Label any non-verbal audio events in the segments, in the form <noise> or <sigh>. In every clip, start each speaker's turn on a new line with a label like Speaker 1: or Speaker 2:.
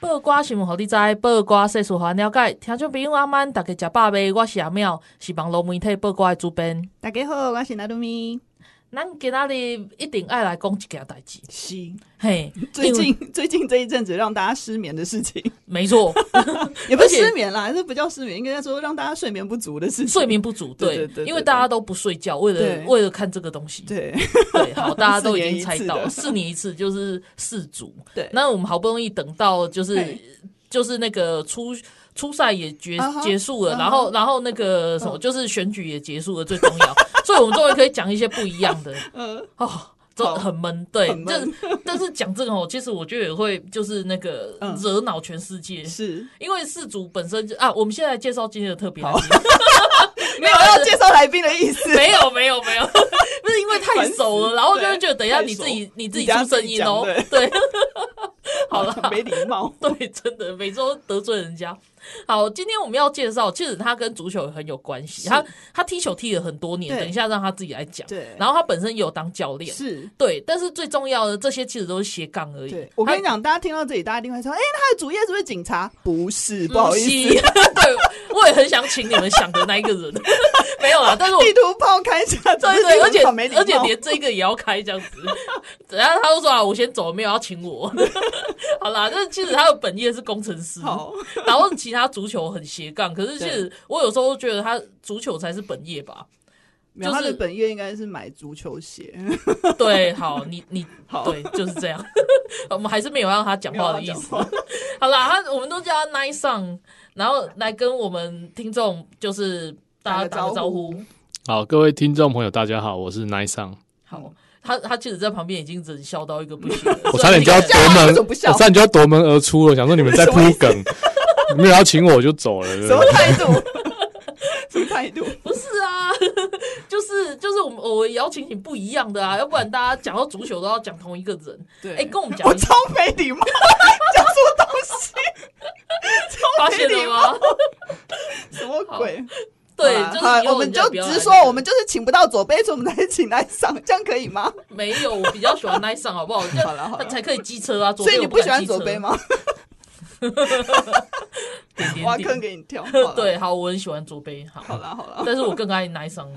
Speaker 1: 报歌新闻，互你知；报歌世事，互咱了解。听众朋友，阿曼，大家食饱未？我是阿妙，是网络媒体报歌的主编。
Speaker 2: 大家好，我是纳鲁咪。
Speaker 1: 咱今仔日一定爱来讲一件代志，
Speaker 2: 是
Speaker 1: 嘿，
Speaker 2: 最
Speaker 1: 因为
Speaker 2: 近 <laughs> 最近这一阵子让大家失眠的事情，
Speaker 1: 没错，
Speaker 2: <laughs> 也不是
Speaker 1: 而且
Speaker 2: 失眠啦，这不叫失眠，应该说让大家睡眠不足的事情。
Speaker 1: 睡眠不
Speaker 2: <laughs>
Speaker 1: 足，
Speaker 2: 对
Speaker 1: 对
Speaker 2: 对对，对
Speaker 1: 因为大家都不睡觉，为了
Speaker 2: 对
Speaker 1: 为了看这个东西，
Speaker 2: 对
Speaker 1: 对，好，大家都已经
Speaker 2: 四年一次
Speaker 1: 猜到，
Speaker 2: 的
Speaker 1: 四年一次就是四组，
Speaker 2: <laughs> 对，
Speaker 1: 那我们好不容易等到就是
Speaker 2: 嘿
Speaker 1: 就是那个初初赛也结
Speaker 2: 啊哈
Speaker 1: 结束了，
Speaker 2: 啊哈嗯
Speaker 1: 然后然后那个什么就是选举也结束了，最重要，所以我们终于可以讲一些不一样的
Speaker 2: 呃，
Speaker 1: 哦。这
Speaker 2: 好
Speaker 1: 很闷，对，
Speaker 2: 很
Speaker 1: 但
Speaker 2: 闷
Speaker 1: 但是讲这个哦，其实我觉得也会就是那个
Speaker 2: 嗯
Speaker 1: 惹恼全世界，
Speaker 2: <laughs> 是
Speaker 1: 因为氏族本身就啊，我们现在介绍今天的特别来宾，
Speaker 2: <laughs> 没有要介绍来宾的意思。 <laughs>
Speaker 1: 没有没有没有， <laughs> 不是因为太熟了，
Speaker 2: 烦死
Speaker 1: 然后就会觉得等一下
Speaker 2: 太熟
Speaker 1: 你自己你自己出
Speaker 2: 你等下
Speaker 1: 声
Speaker 2: 自己
Speaker 1: 音哦
Speaker 2: 讲，
Speaker 1: <laughs> 对，好
Speaker 2: <laughs>
Speaker 1: 了，
Speaker 2: 没礼貌。
Speaker 1: 对，真的每周得罪人家。好，今天我们要介绍，其实他跟足球也很有关系。他他踢球踢了很多年，
Speaker 2: 对
Speaker 1: 等一下让他自己来讲。
Speaker 2: 对
Speaker 1: 然后他本身也有当教练，
Speaker 2: 是，
Speaker 1: 对。但是最重要的，这些其实都是斜杠而已
Speaker 2: 对。我跟你
Speaker 1: 他，
Speaker 2: 讲，大家听到这里，大家一定会说：“哎、他的主业是不是警察？”不是，不
Speaker 1: 不
Speaker 2: 好意思，
Speaker 1: <laughs> 对，我也很想请你们想的那一个人， <laughs> 没有啦。但是我
Speaker 2: 地图炮开一下，
Speaker 1: 对对，而且
Speaker 2: 好没礼貌
Speaker 1: 而且连这个也要开这样子， <laughs> 等下他就说啊，我先走，没有要请我。 <laughs> 好啦，但是其实他的本业是工程师，
Speaker 2: 好
Speaker 1: <laughs> 然后其他足球很斜杠，可是其实我有时候觉得他足球才是本业
Speaker 2: <laughs>
Speaker 1: 吧。
Speaker 2: 没有他
Speaker 1: 就是
Speaker 2: 的本业应该是买足球鞋，
Speaker 1: 对，好，你你
Speaker 2: 好
Speaker 1: 对，就是这样。 <laughs> 我们还是没有让他讲话的意思
Speaker 2: 没有要讲。
Speaker 1: <laughs> 好啦，他我们都叫他 Nice Song，然后来跟我们听众就是大家打
Speaker 2: 打
Speaker 1: 个
Speaker 2: 个
Speaker 1: 招
Speaker 2: 招
Speaker 1: 呼
Speaker 2: <laughs> 呼。
Speaker 3: 好，各位听众朋友，大家好，我是 Nice on，
Speaker 1: 好，他他其实在旁边已经忍笑到一个不行了，
Speaker 3: <laughs> 我差点就要
Speaker 1: 虽
Speaker 3: 夺
Speaker 1: 然
Speaker 2: 笑啊为
Speaker 3: 门，
Speaker 2: 什么不笑
Speaker 3: 我差点就要夺门而出了，想说你们在铺梗，
Speaker 2: <laughs>
Speaker 3: 你们要请我我就走了，对
Speaker 2: 什
Speaker 3: 不
Speaker 2: 么
Speaker 3: 对
Speaker 2: 态度？ <laughs> 什么态度？
Speaker 1: 不是啊， <laughs> 就是就是我们我也要请你不一样的啊，要不然大家讲到足球都要讲同一个人。
Speaker 2: 对
Speaker 1: 哎、跟我们讲
Speaker 2: 我
Speaker 1: 一下，
Speaker 2: 超没礼貌，讲什么东西？
Speaker 1: 发
Speaker 2: 超没
Speaker 1: 现
Speaker 2: 礼
Speaker 1: 了
Speaker 2: 貌，
Speaker 1: 吗？ <laughs>
Speaker 2: 什么鬼？
Speaker 1: 对
Speaker 2: 好，啦
Speaker 1: 就是
Speaker 2: 好啦
Speaker 1: 以后
Speaker 2: 我们
Speaker 1: 人家
Speaker 2: 就
Speaker 1: 不要
Speaker 2: 直
Speaker 1: 来
Speaker 2: 说
Speaker 1: 这，个
Speaker 2: 我们就是请不到左杯，所以我们才请来上，这样可以吗？
Speaker 1: 没有，我比较喜欢 nice 上，好不好？
Speaker 2: <laughs> 好了好
Speaker 1: 那
Speaker 2: 了
Speaker 1: 才可以机车啊，左
Speaker 2: 所以
Speaker 1: 边
Speaker 2: 你
Speaker 1: 我
Speaker 2: 不喜欢左杯
Speaker 1: 杯？
Speaker 2: 吗？
Speaker 1: 点点
Speaker 2: 挖
Speaker 1: 点 <laughs>
Speaker 2: 坑给你跳。好啦，
Speaker 1: 对，好，我很喜欢左杯，好，
Speaker 2: 好啦好啦，
Speaker 1: <laughs> 但是我更爱 nice 上。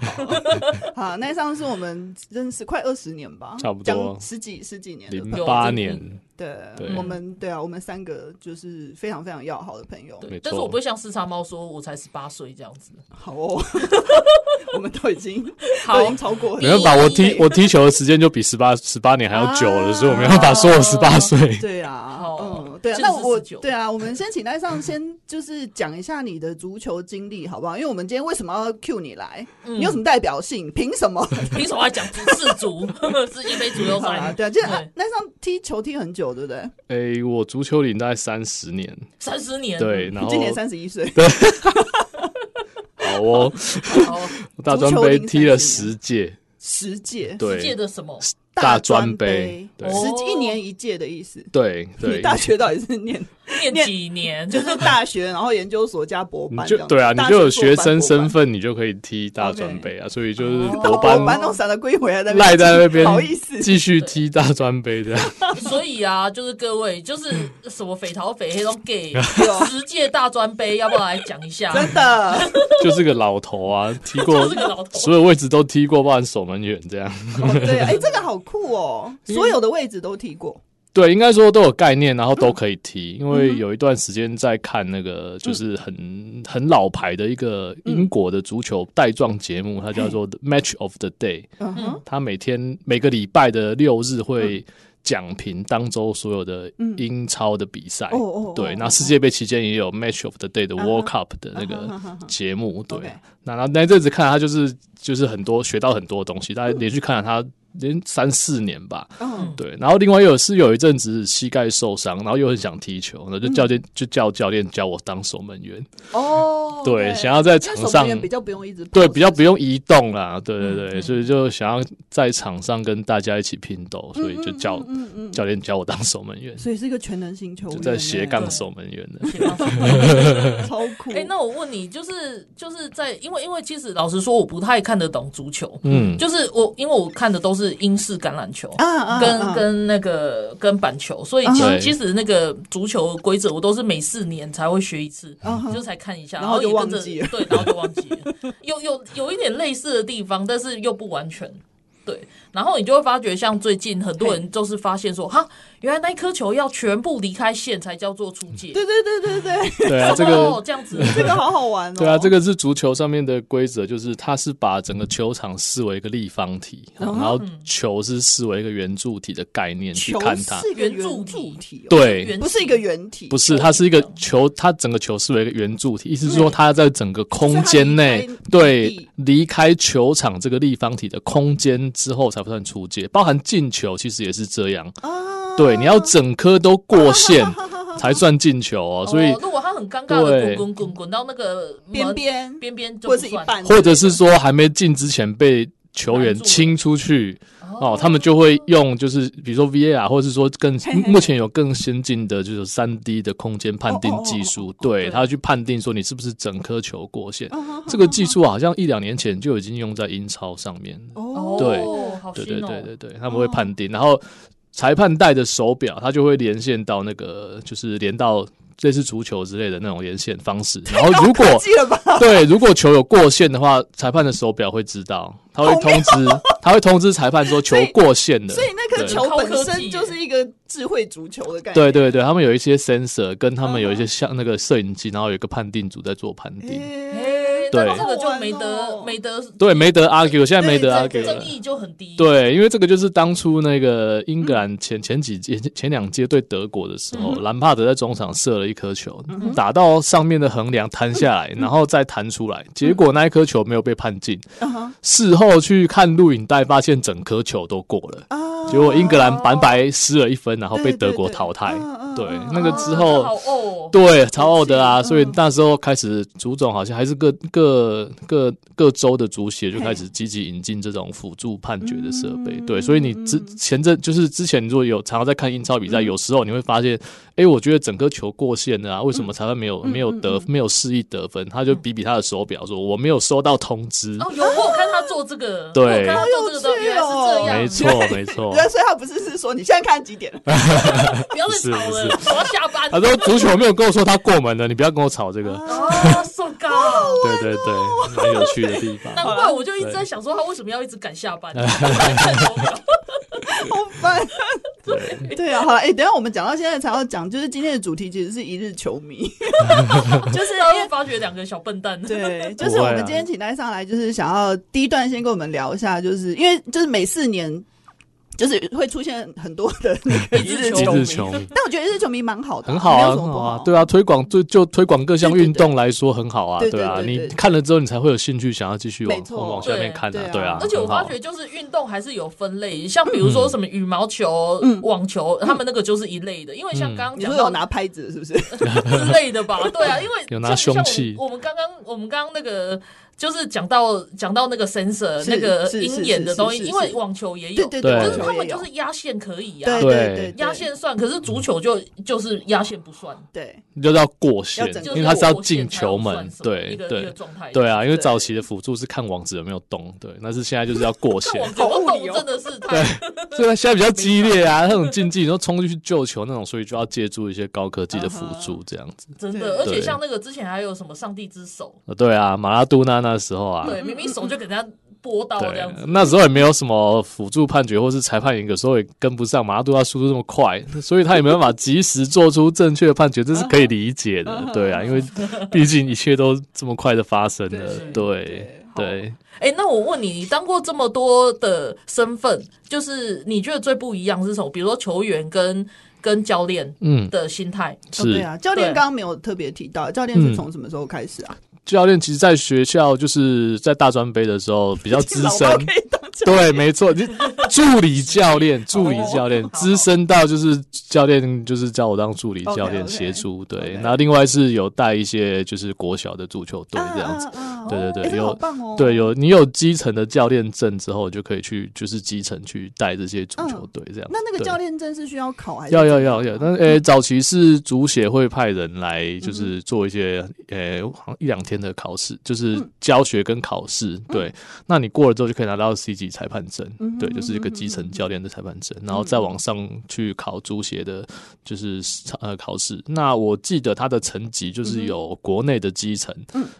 Speaker 2: 好，那上是我们认识快二十年吧，
Speaker 3: 差不多
Speaker 2: 将十几十几年
Speaker 3: 零
Speaker 2: 的。
Speaker 3: 八
Speaker 1: 有
Speaker 3: 年，
Speaker 2: 对，
Speaker 3: 对
Speaker 2: 我们对啊，我们三个就是非常非常要好的朋友。
Speaker 1: 对
Speaker 3: 没，
Speaker 1: 但是我
Speaker 3: 错
Speaker 1: 不会像四叉猫说，我才十八岁这样子。
Speaker 2: 好哦， <laughs> 我们都已经
Speaker 1: 好
Speaker 2: 都已经超过了
Speaker 3: 没办法，我踢我踢球的时间就比十八十八年还要久了，
Speaker 2: 啊
Speaker 3: 所以我没办法说我十八岁。
Speaker 2: 对啊，
Speaker 1: 哦
Speaker 2: 嗯，对啊，
Speaker 1: 这个
Speaker 2: 那
Speaker 1: 是
Speaker 2: 我
Speaker 1: 19
Speaker 2: 对啊，我们先请戴上先就是讲一下你的足球经历好不好？ <laughs> 因为我们今天为什么要 cue 你来？
Speaker 1: 嗯
Speaker 2: 你有什么代表性？凭
Speaker 1: <laughs>
Speaker 2: 什么？
Speaker 1: 凭什么要讲足世足？ <laughs> 世界杯足球
Speaker 2: 好啦，
Speaker 1: 赛？
Speaker 2: 对啊，今天
Speaker 1: 对
Speaker 2: 戴上踢球踢很久，对不对？嗯
Speaker 3: 诶，我足球龄大概三十年，
Speaker 1: 三十年，
Speaker 3: 对，，然后
Speaker 2: 今年三十一岁，
Speaker 3: 好哦，
Speaker 1: 好，
Speaker 3: 我大专杯踢了十届，
Speaker 2: 十届
Speaker 1: 世界
Speaker 3: 对，
Speaker 1: 的什么？
Speaker 3: 大
Speaker 2: 专
Speaker 3: 专杯，对
Speaker 1: 哦
Speaker 2: 十一年一届的意思。
Speaker 3: 对
Speaker 2: 你
Speaker 3: 对，
Speaker 2: 大学到底是
Speaker 3: <laughs>
Speaker 2: 念
Speaker 1: 念几年？ <laughs>
Speaker 2: 就是大学，然后研究所加博
Speaker 3: 你
Speaker 2: 班这
Speaker 3: 就
Speaker 2: 样子，
Speaker 3: 对啊，你
Speaker 2: 大
Speaker 3: 就有
Speaker 2: 硕班
Speaker 3: 学生
Speaker 2: 博班
Speaker 3: 身份，你就可以踢大
Speaker 2: OK
Speaker 3: 专杯啊，所以就是
Speaker 1: 哦博
Speaker 2: <laughs>
Speaker 3: 博班
Speaker 2: 我把弄散了归回来，在边
Speaker 3: 赖在那
Speaker 2: <laughs>
Speaker 3: 边，
Speaker 2: 不好意思，
Speaker 3: 继续踢大专杯的。
Speaker 1: 所以啊，就是各位，就是什么匪逃匪黑龙
Speaker 2: <laughs>
Speaker 1: gay
Speaker 2: 有
Speaker 1: 十届大专杯，要不要来讲一下？
Speaker 2: 啊真的，
Speaker 3: 就是个老头啊，踢
Speaker 1: 就
Speaker 3: 过
Speaker 1: 是个老头，
Speaker 3: 所有位置都踢过，包含守门员这样。 <laughs>
Speaker 2: 哦对啊，哎，这个好酷哦，所有的位置都踢过，
Speaker 3: 对，应该说都有概念，然后
Speaker 2: 嗯
Speaker 3: 都可以踢。因为有一段时间在看那个，就是很很老牌的一个
Speaker 2: 嗯
Speaker 3: 英国的足球带状节目，
Speaker 2: 嗯
Speaker 3: 它叫做 The Match of the Day。
Speaker 2: 嗯哼，嗯
Speaker 3: 它每天每个礼拜的六日会讲评当周所有的英超的比赛。
Speaker 2: 哦哦哦
Speaker 3: 对，
Speaker 2: 哦嗯
Speaker 3: 那世界杯期间也有 Match of the Day 的 World Cup 的
Speaker 2: 啊
Speaker 3: 那
Speaker 2: 哈
Speaker 3: 个
Speaker 2: 哈哈哈
Speaker 3: 节目。对
Speaker 2: OK，
Speaker 3: 那那那阵子看他就是就是很多学到很多东西，大家连续看了他连三四年吧。
Speaker 2: 嗯，
Speaker 3: 对，然后另外有是有一阵子膝盖受伤，然后又很想踢球，然后
Speaker 2: 嗯
Speaker 3: 就教练、就叫教练教我当守门员，
Speaker 2: 哦，
Speaker 3: 对
Speaker 2: OK
Speaker 3: 想要在
Speaker 2: 因为
Speaker 3: 场
Speaker 2: 守门
Speaker 3: 上
Speaker 2: 员比较不嗯用一直
Speaker 3: 对，
Speaker 2: 跑
Speaker 3: 比较
Speaker 2: 是
Speaker 3: 不用移动啦，对对对，所以就想要在场上跟大家一起拼斗，所以就叫、
Speaker 2: 嗯嗯，
Speaker 3: 教练教我当守门员，
Speaker 2: 所以是一个全能型球
Speaker 3: 就
Speaker 2: 员，
Speaker 3: 在斜杠
Speaker 2: 哎
Speaker 3: 守门员的。
Speaker 1: 写到什么
Speaker 2: 超酷。
Speaker 1: 哎、那我问你，就是就是在因为因为其实老实说，我不太看得懂足球，
Speaker 3: 嗯，
Speaker 1: 就是我因为我看的都是英式橄榄球。
Speaker 2: 啊啊，
Speaker 1: 跟
Speaker 2: 啊
Speaker 1: 跟那个跟板球，所以
Speaker 2: 啊
Speaker 1: 其
Speaker 3: 哈
Speaker 1: 实其实那个足球规则我都是每四年才会学一次，
Speaker 2: 啊哈
Speaker 1: 就才看一下，
Speaker 2: 然后就
Speaker 1: 也跟着
Speaker 2: 忘记了
Speaker 1: 对，然后就忘记了。有有有一点类似的地方，但是又不完全。对，然后你就会发觉，像最近很多人就是发现说，哈，原来那一颗球要全部离开线才叫做出界。
Speaker 2: 对对对对
Speaker 3: <laughs>
Speaker 2: 对，
Speaker 3: 对啊， <laughs> 这
Speaker 1: 哦
Speaker 3: 个
Speaker 1: 这样子，
Speaker 2: 这个好好玩哦。
Speaker 3: 对啊，这个是足球上面的规则，就是它是把整个球场视为一个立方体，然后球是视为一个圆柱体的概念去
Speaker 2: 哦球
Speaker 3: 看它。
Speaker 2: 是一个
Speaker 1: 圆柱
Speaker 2: 体
Speaker 1: 体，
Speaker 2: 哦，
Speaker 3: 对，
Speaker 1: 圆
Speaker 2: 不是一个圆体，
Speaker 3: 不是，它是一个球，它整个球视为一个圆柱体，意思是说它在整个空间
Speaker 2: 所
Speaker 3: 内
Speaker 2: 以它离开，
Speaker 3: 对
Speaker 2: 地，
Speaker 3: 离开球场这个立方体的空间之后才不算出界，包含进球其实也是这样，
Speaker 2: 啊，
Speaker 3: 对，你要整颗都过线
Speaker 2: <laughs>
Speaker 3: 才算进球哦，所以
Speaker 1: 哦、如果他很尴尬的
Speaker 3: 对
Speaker 1: 滚滚滚滚到那个门
Speaker 2: 边边
Speaker 1: 边边就
Speaker 2: 或
Speaker 1: 不
Speaker 2: 者是一
Speaker 1: 算
Speaker 2: 半，
Speaker 3: 或者是说还没进之前被球员
Speaker 1: 拦住了
Speaker 3: 清出去哦，他们就会用就是比如说 VAR，或者是说更
Speaker 2: 嘿嘿
Speaker 3: 目前有更先进的就是三 D 的空间判定技术，对，
Speaker 1: 对
Speaker 3: 他去判定说你是不是整颗球过线。
Speaker 1: 嗯
Speaker 3: 这个技术好像一两年前就已经用在英超上面了，
Speaker 2: 哦
Speaker 1: 哦，
Speaker 3: 对
Speaker 1: 好
Speaker 3: 对
Speaker 1: 新
Speaker 3: 对
Speaker 1: 哦
Speaker 3: 对对对，他们会判定，然后裁判戴的手表，它就会连线到那个就是连到类似足球之类的那种连线方
Speaker 1: <laughs>
Speaker 3: 式，然后如果
Speaker 2: 科技了吧？ <laughs>
Speaker 3: 对，如果球有过线的话，裁判的手表会知道，他会通知，他会通知裁判说球
Speaker 2: 所以
Speaker 3: 过线了。
Speaker 2: 所以那颗
Speaker 3: 对
Speaker 2: 球本
Speaker 1: 高科技
Speaker 2: 身
Speaker 1: 耶
Speaker 2: 就是一个智慧足球的概念。
Speaker 3: 对对对，他们有一些 sensor，跟他们有一些像那个摄影机，然后有一个判定组在做判定。
Speaker 1: 哎
Speaker 2: 诶，
Speaker 3: 对
Speaker 1: 那这个就没得没
Speaker 2: 得
Speaker 1: 得
Speaker 3: 对，没得 argue，现在没
Speaker 2: 对
Speaker 3: 得 argue
Speaker 1: 争
Speaker 3: 了。
Speaker 1: 议就很低。，
Speaker 3: 对，因为这个就是当初那个英格兰
Speaker 2: 嗯
Speaker 3: 前前几届前两届对德国的时候，兰帕德在中场射了一颗球，
Speaker 2: 嗯
Speaker 3: 打到上面的横梁弹下来，然后再弹出
Speaker 2: 嗯
Speaker 3: 来，结果那一颗球没有被判进。事后去看录影带，发现整颗球都过了。
Speaker 2: 啊
Speaker 3: 结果英格兰白白失了一分，然后被
Speaker 2: 对对
Speaker 3: 德国
Speaker 2: 对
Speaker 3: 淘汰
Speaker 2: 嗯嗯。
Speaker 3: 对
Speaker 2: 嗯，
Speaker 3: 那个之
Speaker 1: 这好
Speaker 3: 后，
Speaker 1: 哦，
Speaker 3: 对超欧的啊，
Speaker 2: 嗯
Speaker 3: 所以那时候开始，足总好像还是各各各各州的足协就开始积极引进这种辅助判决的设备。
Speaker 1: 嗯
Speaker 3: 对，所以你之前阵就是之前如果有常常在看英超比
Speaker 1: 嗯
Speaker 3: 赛，有时候你会发现，哎，我觉得整个球过线了啊，为什么裁判没有
Speaker 1: 嗯
Speaker 3: 没有得没有示意得分？他就比比他的手表，说我没有收到通知。
Speaker 1: 哦，有我有看他做这个，
Speaker 3: 对
Speaker 1: 我有看他做这个
Speaker 2: 好有
Speaker 1: 的，
Speaker 2: 趣哦
Speaker 1: 原来是这样，
Speaker 3: 没
Speaker 1: <laughs>
Speaker 3: 错，没错。
Speaker 2: 对，所以他不是是说你现在看几点？
Speaker 1: 不要再吵
Speaker 3: 不
Speaker 1: 了
Speaker 3: 是，
Speaker 1: 我要下班。
Speaker 3: 他说足球没有跟我说他过门了，你不要跟我吵这个。
Speaker 1: 啊，so g
Speaker 3: 对对对，蛮有趣的地方。
Speaker 1: 难怪我就一直在想说他为什么要一直赶下
Speaker 2: <laughs>
Speaker 3: <laughs>
Speaker 1: 班，看手表
Speaker 2: 好烦。
Speaker 3: <laughs> 对，
Speaker 2: 对啊，好了，哎、等一下我们讲到现在才要讲，就是今天的主题其实是一日球迷。
Speaker 1: 就是要发觉两个小笨蛋。
Speaker 3: 啊
Speaker 2: 对， <laughs> 就是我们今天请来上来，就是想要第一段先跟我们聊一下，就是因为就是每四年。就是会出现很多
Speaker 3: <laughs>
Speaker 2: 的那个一日
Speaker 1: 日
Speaker 3: 一
Speaker 2: 球
Speaker 1: 球
Speaker 2: 迷
Speaker 3: 日，球迷
Speaker 2: 但我觉得一日球迷蛮好的啊、
Speaker 3: 很好
Speaker 2: 没
Speaker 3: 啊，
Speaker 2: 有什
Speaker 3: 很
Speaker 2: 么不
Speaker 3: 好啊
Speaker 2: 好，，
Speaker 3: 对啊，推广就就推广各项运动来说很好啊，
Speaker 2: 对对
Speaker 3: 对啊，
Speaker 2: 对对对
Speaker 3: 你看了之后你才会有兴趣想要继续往
Speaker 2: 没错
Speaker 3: 往往下面看啊，
Speaker 2: 对
Speaker 3: 对啊，
Speaker 1: 而且我
Speaker 3: 很好嗯
Speaker 1: 发觉，就是运动还是有分类，像比如说什么羽毛球、网球，他们那个就是一类的。因为
Speaker 3: 嗯
Speaker 1: 像刚刚
Speaker 2: 嗯你
Speaker 1: 讲
Speaker 2: 说有
Speaker 1: 到
Speaker 2: 拿拍子是不是？
Speaker 1: 之类的
Speaker 3: <laughs>
Speaker 1: 吧？对啊，因为
Speaker 3: 有拿
Speaker 1: 像
Speaker 3: 凶器
Speaker 1: 像我们我们刚刚我们刚刚那个就是讲到讲到那个 sensor
Speaker 2: 是
Speaker 1: 那个
Speaker 2: 是是
Speaker 1: 鹰眼的东
Speaker 2: 是
Speaker 1: 西，
Speaker 2: 是是
Speaker 1: 因为网球也
Speaker 2: 对
Speaker 1: 有，
Speaker 2: 对
Speaker 3: 对
Speaker 2: 网
Speaker 1: 就是
Speaker 2: 球
Speaker 1: 他们
Speaker 2: 也有
Speaker 1: 就是压线可以
Speaker 2: 对
Speaker 1: 啊，
Speaker 2: 对对，
Speaker 1: 压线算，可是足球就就是压线不算，
Speaker 2: 对
Speaker 3: 就是要过线
Speaker 2: 要整，个
Speaker 3: 因为它是要
Speaker 1: 过线
Speaker 3: 进
Speaker 1: 才
Speaker 3: 球
Speaker 1: 算
Speaker 3: 门
Speaker 1: 什，么
Speaker 3: 对
Speaker 1: 一个一个
Speaker 3: 对
Speaker 1: 状态，
Speaker 3: 对啊，因为
Speaker 2: 对
Speaker 3: 早期的辅助是看网子有没有动，对，但是现在就是要过线
Speaker 1: 看，网球
Speaker 2: <laughs> 好无理
Speaker 1: 动
Speaker 2: 哦
Speaker 1: 真的是太
Speaker 3: 对，现在比较激烈啊，那种竞技，你说冲进去救球那种，所以就要借助一些高科技的辅助这样子。
Speaker 1: 真
Speaker 2: 对
Speaker 1: 的，而且像那个之前还有什么上帝之手，
Speaker 3: 呃对啊，马拉多纳那时候啊，
Speaker 1: 对，明明手就给人家拨
Speaker 2: 哦
Speaker 1: 到这样子，
Speaker 3: 那时候也没有什么辅助判决，或是裁判员有时候也跟不上马拉多纳速度这么快， <laughs> 所以他也没办法及时做出正确的判决，这是
Speaker 2: 嗯 <laughs>
Speaker 3: 可以理解的。对啊，因为毕竟一切都这么快的发生了，对。对，
Speaker 1: 哎、那我问你，你当过这么多的身份，就是你觉得最不一样是什么？比如说球员跟跟教练
Speaker 3: 嗯，
Speaker 1: 的心态，
Speaker 2: 哦对
Speaker 3: 是
Speaker 2: 啊，教练
Speaker 1: 对
Speaker 2: 刚刚没有特别提到，教练是
Speaker 3: 嗯
Speaker 2: 从什么时候开始啊？
Speaker 3: 教练。其实，在学校就是在大专杯的时候比较资
Speaker 2: 老
Speaker 3: 深
Speaker 2: 爸，可以当教练
Speaker 3: <laughs> 对，没错，你助理教练，助理教练，资深到就是教练，就是叫我当助理教练
Speaker 2: OK，OK，
Speaker 3: 协助。对
Speaker 2: OK，
Speaker 3: 那另外是有带一些就是国小的足球队这样子。
Speaker 2: 啊啊啊
Speaker 3: 对对对
Speaker 2: 诶这个
Speaker 3: 有
Speaker 2: 好棒哦，
Speaker 3: 对，有你有基层的教练证之后，就可以去就是基层去带这些足球队这样子。
Speaker 2: 嗯那那个
Speaker 3: 对
Speaker 2: 教练证是需要考还是
Speaker 3: 要要
Speaker 2: 怎么样
Speaker 3: 要
Speaker 2: 嗯
Speaker 3: 要，但是呃、早期是足协会派人来，就是做一些呃、好像一两天的考试，就是
Speaker 2: 嗯
Speaker 3: 教学跟考试。对，那你过了之后就可以拿到 C 级裁判证，
Speaker 2: 嗯
Speaker 3: 对，就是一个基层教练的裁判证，然后再往上去考足协的，就是呃考试。那我记得他的层级
Speaker 2: 嗯
Speaker 3: 就是有国内的基层，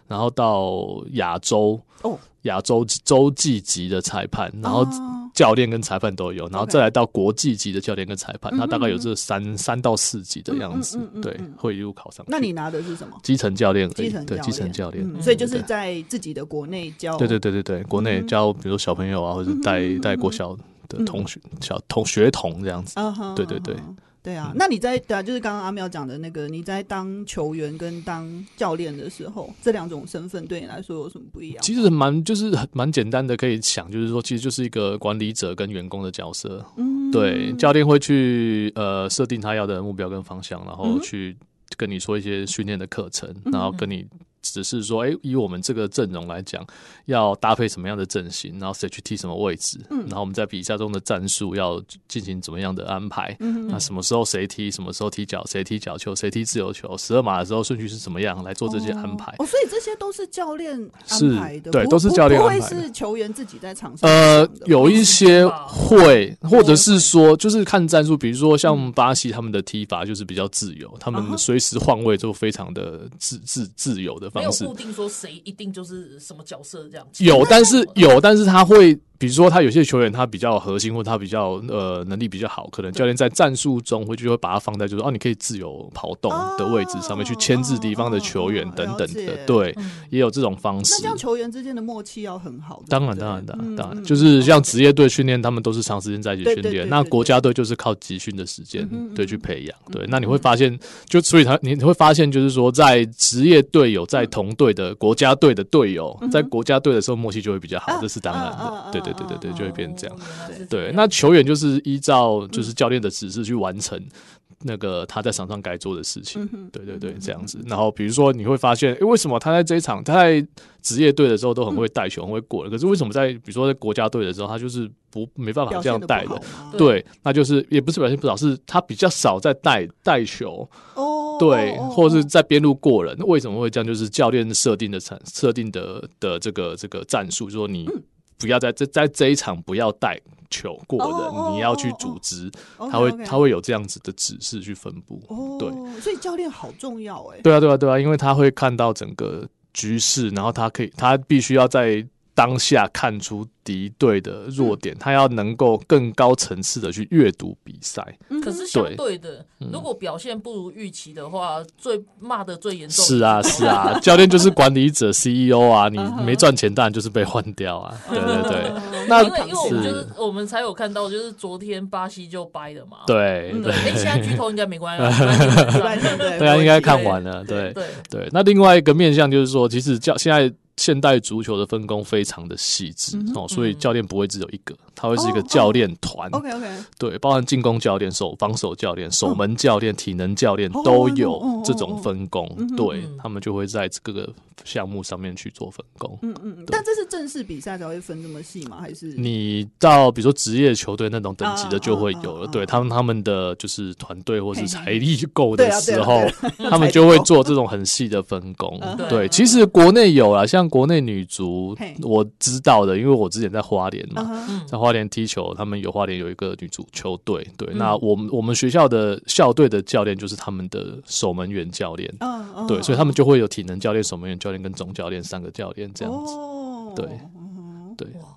Speaker 3: 然后到亚洲
Speaker 2: 哦
Speaker 3: 亚洲洲际级的裁判，然后
Speaker 2: 哦
Speaker 3: 教练跟裁判都有，然后
Speaker 2: OK
Speaker 3: 再来到国际级的教练跟裁判，他大概有这三三到四级的样子
Speaker 2: 嗯嗯嗯嗯，
Speaker 3: 对，会一路考上去。
Speaker 2: 那你拿的是什么？
Speaker 3: 基层教练而已
Speaker 2: 基层，
Speaker 3: 对，基层教练，
Speaker 2: 嗯所以就是嗯
Speaker 3: 对
Speaker 2: 在自己的国内教，
Speaker 3: 对对对对对，国内教比如说小朋友啊，或者是
Speaker 2: 嗯
Speaker 3: 带带国小的同学小同学童这样子，
Speaker 2: 啊哈，
Speaker 3: 对对对嗯
Speaker 2: 啊哈对啊。那你在对啊，就是刚刚阿妙讲的那个，你在当球员跟当教练的时候，这两种身份对你来说有什么不一样？
Speaker 3: 其实蛮就是很蛮简单的，可以想，就是说，其实就是一个管理者跟员工的角色。嗯，对，教练会去呃设定他要的目标跟方向，然后去跟你说一些训练的课程，然后跟你。只是说，哎、以我们这个阵容来讲，要搭配什么样的阵型，然后谁去踢什么位置，然后我们在比赛中的战术要进行怎么样的安排，那什么时候谁踢，什么时候踢脚，谁踢角球，谁踢自由球，十二码的时候顺序是怎么样来做这些安排。
Speaker 2: 哦，所以这些都是教练安
Speaker 3: 是
Speaker 2: 排的，
Speaker 3: 对
Speaker 2: 不
Speaker 3: 都是
Speaker 2: 不
Speaker 3: 教练
Speaker 2: 不
Speaker 3: 安
Speaker 2: 会
Speaker 3: 排的
Speaker 2: 是球员自己在场上
Speaker 3: 呃
Speaker 2: 想的，
Speaker 3: 有一些
Speaker 1: 吧
Speaker 3: 会，或者是说，就是看战术，比如说像巴西他们的踢法就是比较自由，他
Speaker 2: 嗯啊哈
Speaker 3: 们随时换位都非常的自自自由的
Speaker 1: 没有
Speaker 3: 方式
Speaker 1: 固。定说谁一定就是什么角色这样。
Speaker 3: 有，但是有，但是他会，比如说他有些球员他比较核心，或他比较呃能力比较好，可能教练在战术中会就会把他放在就是哦，你可以自由跑动的位置上面去牵制敌方的球员
Speaker 2: 哦
Speaker 3: 等
Speaker 2: 了
Speaker 3: 等
Speaker 2: 解
Speaker 3: 的，对，也有这种方式。
Speaker 2: 那这样球员之间的默契要很好。对不
Speaker 3: 当然，
Speaker 2: 对
Speaker 3: 当然，当然，
Speaker 2: 嗯
Speaker 3: 当然，
Speaker 2: 嗯
Speaker 3: 就是像职业队训练，他们都是长时间在一起
Speaker 2: 对
Speaker 3: 训
Speaker 2: 对
Speaker 3: 练。
Speaker 2: 对
Speaker 3: 那
Speaker 2: 对
Speaker 3: 国
Speaker 2: 对
Speaker 3: 家队就是靠集训的时间
Speaker 2: 嗯哼
Speaker 3: 对去培养。对，那你会发现，就所以他你会发现，就是说，在职业队友在同队的国家队的队友，在国家队的时候默契就会比较好，这是当然
Speaker 2: 嗯啊啊
Speaker 3: 的。对对对对对，就会变成这样
Speaker 1: 哦。原来是这
Speaker 3: 对，
Speaker 1: 样
Speaker 3: 那球员就是依照就是教练的指示去完成那个他在场上该做的事情。
Speaker 2: 嗯
Speaker 3: 对对对，这样子。然后比如说你会发现，诶，为什么他在这一场他在职业队的时候都很会带球，很会过人，可是为什么在比如说在国家队的时候，他就是不没办法
Speaker 2: 表
Speaker 3: 这样
Speaker 2: 现得
Speaker 3: 带
Speaker 2: 不
Speaker 3: 的
Speaker 2: 好？吗
Speaker 1: 对
Speaker 3: 对，那就是也不是表现不好，是他比较少在带带球，
Speaker 2: 哦，
Speaker 3: 对，
Speaker 2: 哦
Speaker 3: 或是在边路过人。为什么会这样？就是教练设定的产设定的的这个这个战术，说你
Speaker 2: 嗯
Speaker 3: 不要在这在这一场不要带球过
Speaker 2: 哦哦
Speaker 3: 人，你要去组织，
Speaker 2: 哦
Speaker 3: 他会
Speaker 2: OK，OK
Speaker 3: 他会有这样子的指示去分布。
Speaker 2: 哦，
Speaker 3: 对，
Speaker 2: 所以教练好重要哎。
Speaker 3: 对啊，对啊，对啊，因为他会看到整个局势，然后他可以，他必须要在当下看出敌对的弱点，他要能够更高层次的去阅读比赛。
Speaker 1: 可是相对的，
Speaker 3: 嗯
Speaker 1: 如果表现不如预期的话，最骂的最严重。
Speaker 3: 是啊，是啊，教练就是管理者 CEO 啊，你没赚钱当然就是被换掉啊。对对对，那
Speaker 1: 因为因为我们就是是我们才有看到，就是昨天巴西就掰了嘛。
Speaker 3: 对
Speaker 1: 对，
Speaker 3: 对
Speaker 1: 哎，现在剧透应该没关系
Speaker 3: <laughs>
Speaker 1: 吧，反正你们知道
Speaker 2: 对对
Speaker 3: 对啊，应该看
Speaker 1: 对
Speaker 3: 完了，对。
Speaker 1: 对，
Speaker 3: 对，那另外一个面向就是说，其实教现在现代足球的分工非常的细致、哦，所以教练不会只有一个，他会是一个
Speaker 2: 哦
Speaker 3: 教练团，
Speaker 2: OK OK，
Speaker 3: 对，包含进攻教练、手防守教练、守门教练、体能教练
Speaker 2: 哦
Speaker 3: 都
Speaker 2: 哦哦哦
Speaker 3: 有
Speaker 2: 哦
Speaker 3: 这种分工，对
Speaker 1: 嗯
Speaker 3: 他们就会在各个项目上面去做分工。
Speaker 2: 嗯嗯，但这是正式比赛才会分这么细吗？还是
Speaker 3: 你到比如说职业球队那种等级的
Speaker 2: 啊
Speaker 3: 就会
Speaker 2: 啊
Speaker 3: 有了，
Speaker 2: 啊
Speaker 3: 对他们他们的就是团队或
Speaker 2: 嘿
Speaker 3: 是
Speaker 2: 嘿
Speaker 3: 财力够
Speaker 2: 对
Speaker 3: 的
Speaker 2: 啊对
Speaker 3: 时
Speaker 2: 啊
Speaker 3: 候
Speaker 2: 对，
Speaker 3: <laughs> 他们就会做这种很细的分
Speaker 2: <laughs>
Speaker 3: 工
Speaker 2: 嗯。
Speaker 3: 对，其实国内有啦，像国内女足
Speaker 2: 嘿，
Speaker 3: 我知道的，因为我之前在花莲
Speaker 2: 啊
Speaker 3: 嘛，
Speaker 2: 哈
Speaker 3: 在花莲踢球，他们有花莲有一个女足球队。对，
Speaker 2: 嗯
Speaker 3: 那我们我们学校的校队的教练就是他们的守门员教练。
Speaker 2: 嗯嗯，
Speaker 3: 啊对，所以他们就会有体能教练、守门员教练跟总教练三个教练这样子。
Speaker 2: 哦
Speaker 3: 对对
Speaker 1: 哇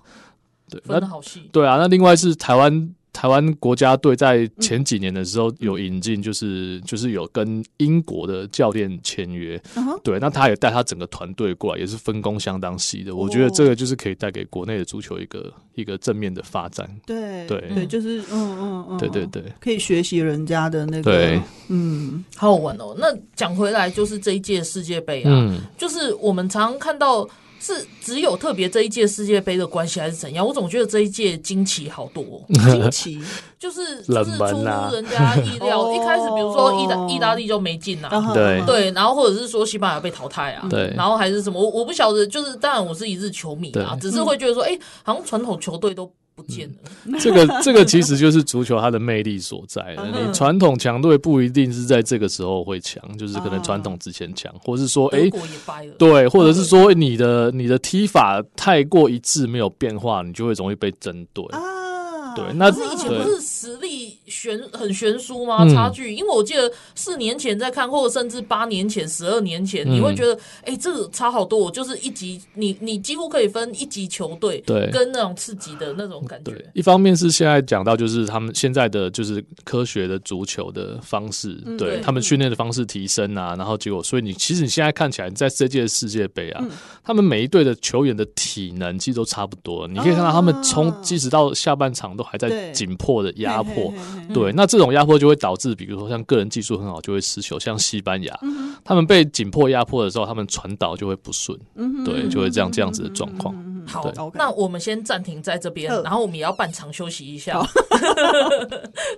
Speaker 3: 对，
Speaker 1: 分的好细。
Speaker 3: 对啊，那另外是台湾台台湾国家队在前几年的时候有引进，就是就是有跟英国的教练签约，
Speaker 2: 嗯哼
Speaker 3: 对，那他也带他整个团队过来，也是分工相当细
Speaker 2: 哦
Speaker 3: 的。我觉得这个就是可以带给国内的足球一个一个正面的发展。
Speaker 2: 对
Speaker 3: 对
Speaker 2: 对，就是嗯嗯嗯，
Speaker 3: 对对对，
Speaker 2: 可以学习人家的那个，
Speaker 3: 对，
Speaker 2: 嗯，
Speaker 1: 好好玩哦。那讲回来，就是这一届世界杯啊，
Speaker 3: 嗯，
Speaker 1: 就是我们常看到是只有特别这一届世界杯的关系，还是怎样？我总觉得这一届惊奇好多、哦，
Speaker 2: 惊
Speaker 3: <laughs>
Speaker 2: 奇，
Speaker 1: 就是就
Speaker 3: 嗯冷
Speaker 1: 是
Speaker 3: 门
Speaker 1: 出乎
Speaker 3: 啊哦
Speaker 1: 人家意料。
Speaker 2: 哦
Speaker 3: <laughs>
Speaker 1: 一开始比如说意大意大利就没进
Speaker 2: 嗯
Speaker 1: 啊。
Speaker 3: 对
Speaker 1: 对，然后或者是说西班牙被淘汰啊，
Speaker 3: 对
Speaker 1: 然后还是什么，我我不晓得，就是当然我是一日球迷啊，
Speaker 3: 对嗯
Speaker 1: 只是会觉得说，哎、好像传统球队都不见了，
Speaker 3: 这个这个其实就是足球它的魅力所在
Speaker 2: 嗯
Speaker 3: 了。你传统强队不一定是在这个时候会强，就是可能传统之前强，或是说，
Speaker 1: 德
Speaker 3: 哎，
Speaker 1: 国也掰了，
Speaker 3: 对，或者是说你的你的踢法太过一致，没有变化，你就会容易被针对。
Speaker 2: 啊，
Speaker 3: 对，那
Speaker 1: 可是以前
Speaker 3: 对
Speaker 1: 不是实力悬很悬殊吗？
Speaker 3: 嗯
Speaker 1: 差距，因为我记得四年前在看，或者甚至八年前、十二年
Speaker 3: 嗯
Speaker 1: 前，你会觉得，哎、这个差好多。我就是一级，你你几乎可以分一级球队，
Speaker 3: 对
Speaker 1: 跟那种次级的那种感觉。
Speaker 3: 一方面是现在讲到，就是他们现在的就是科学的足球的方式，对
Speaker 1: 对
Speaker 3: 他们训练的方式提升啊，然后结果，所以你其实你现在看起来，在这届世界杯啊，他们每一队的球员的体能其实都差不多，你可以看到他们从
Speaker 2: 啊
Speaker 3: 即使到下半场都还在
Speaker 2: 对
Speaker 3: 紧迫的压迫，
Speaker 2: 嘿嘿嘿嘿
Speaker 3: 对，那这种压迫就会导致，比如说像个人技术很好就会失球，像西班牙，他们被紧迫压迫的时候，他们传导就会不顺，对，就会这样这样子的状况。
Speaker 1: 好
Speaker 3: 对
Speaker 2: 嗯，OK
Speaker 1: 那我们先暂停在这边
Speaker 2: 嗯，
Speaker 1: 然后我们也要半场休息一 <laughs> 下，